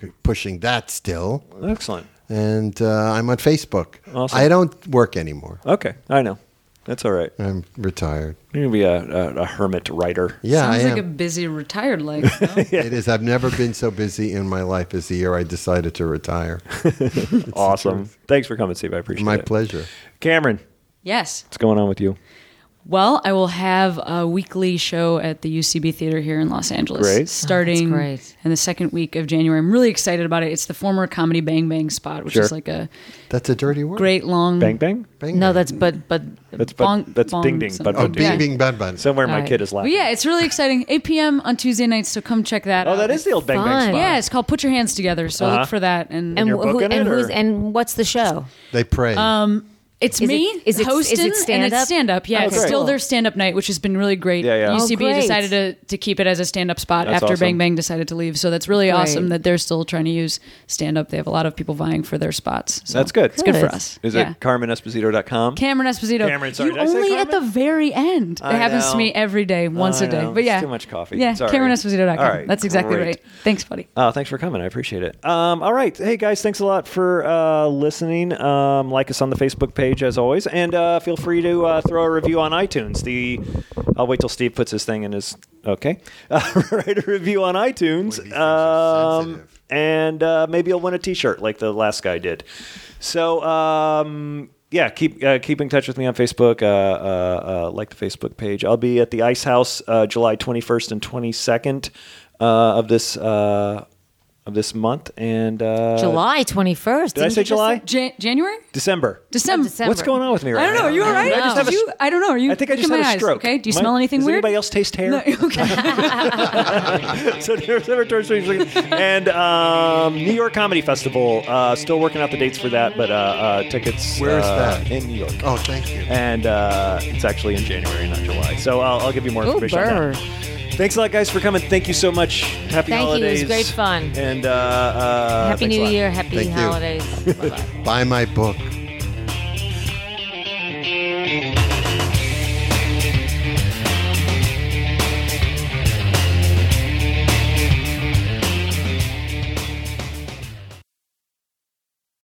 c- pushing that still, Excellent. and uh, I'm on Facebook. Awesome. I don't work anymore. Okay, I know. That's all right. I'm retired. You're gonna be a, a, a hermit writer. Yeah, Sounds I like a am. busy retired life. though. It is. I've never been so busy in my life as the year I decided to retire. awesome. Thanks for coming, Steve. I appreciate my it. pleasure. Cameron, yes. what's going on with you? Well, I will have a weekly show at the UCB Theater here in Los Angeles, Great. Oh, that's starting great. in the second week of January. I'm really excited about it. It's the former Comedy Bang Bang spot, which Sure. is like a That's a dirty word. great long Bang bang. Bang, No, bang. that's but but That's but, Bong- that's bong ding ding. But, something. oh, but ding. bing, Yeah. bing, bad bun. Somewhere All my right. kid is But laughing. yeah, it's really exciting. 8 p.m. on Tuesday nights, so come check that. Oh, out. that is the old bang bang Fun. spot. Yeah, it's called Put Your Hands Together. So Uh-huh. look for that. And, and you're who, booking and it, who's or- and what's the show? They pray. it's Is me it- is it- hosting, is it and stand-up? it's stand up. Yeah, Oh, it's great. still their stand up night, which has been really great. Yeah, yeah. Oh, UCB great. decided to, to keep it as a stand up spot That's after awesome. Bang Bang decided to leave. So that's really Great. awesome that they're still trying to use stand up. They have a lot of people vying for their spots. So That's good. It's good for Good. us. Is yeah. it CarmenEsposito.com? Cameron Esposito. Cameron, sorry, you did I say only at the Carmen? very end. I it happens know. to me every day, once I a day. know. But It's yeah, too much coffee. Yeah, Sorry. CameronEsposito.com. All right, That's exactly great. right. Thanks, buddy. Oh, thanks for coming. I appreciate it. Um, all right. Hey, guys, thanks a lot for uh, listening. Um, like us on the Facebook page, as always. And uh, feel free to uh, throw a review on iTunes. The I'll wait till Steve puts his thing in his. Okay. Uh, write a review on iTunes. Um, Boy, these things are sensitive. and uh, maybe you'll win a T-shirt like the last guy did. So um, yeah, keep uh, keep in touch with me on Facebook. Uh, uh, uh, like the Facebook page. I'll be at the Ice House uh, July 21st and 22nd uh, of this uh, of this month. And uh, July twenty first. Did I say July? Jan- January? December. December. December. What's going on with me right I don't know. now? Are you all right? I just have a Did you- s- I don't know. Are you? I think I look just at had my a eyes. stroke. Okay. Do you My- smell anything does weird? anybody else taste hair? No, okay. so December 21st, and um, New York Comedy Festival. Uh, still working out the dates for that, but uh, uh, tickets. Where is uh, that? In New York. oh, thank you. And uh, it's actually in January, not July. So I'll, I'll give you more Ooh, information. on burr. that. Thanks a lot, guys, for coming. Thank you so much. Happy Thank you. It was holidays. great fun. And uh, uh, Happy thanks a New lot. Year. Happy Thank you. holidays. Bye-bye. Buy my book.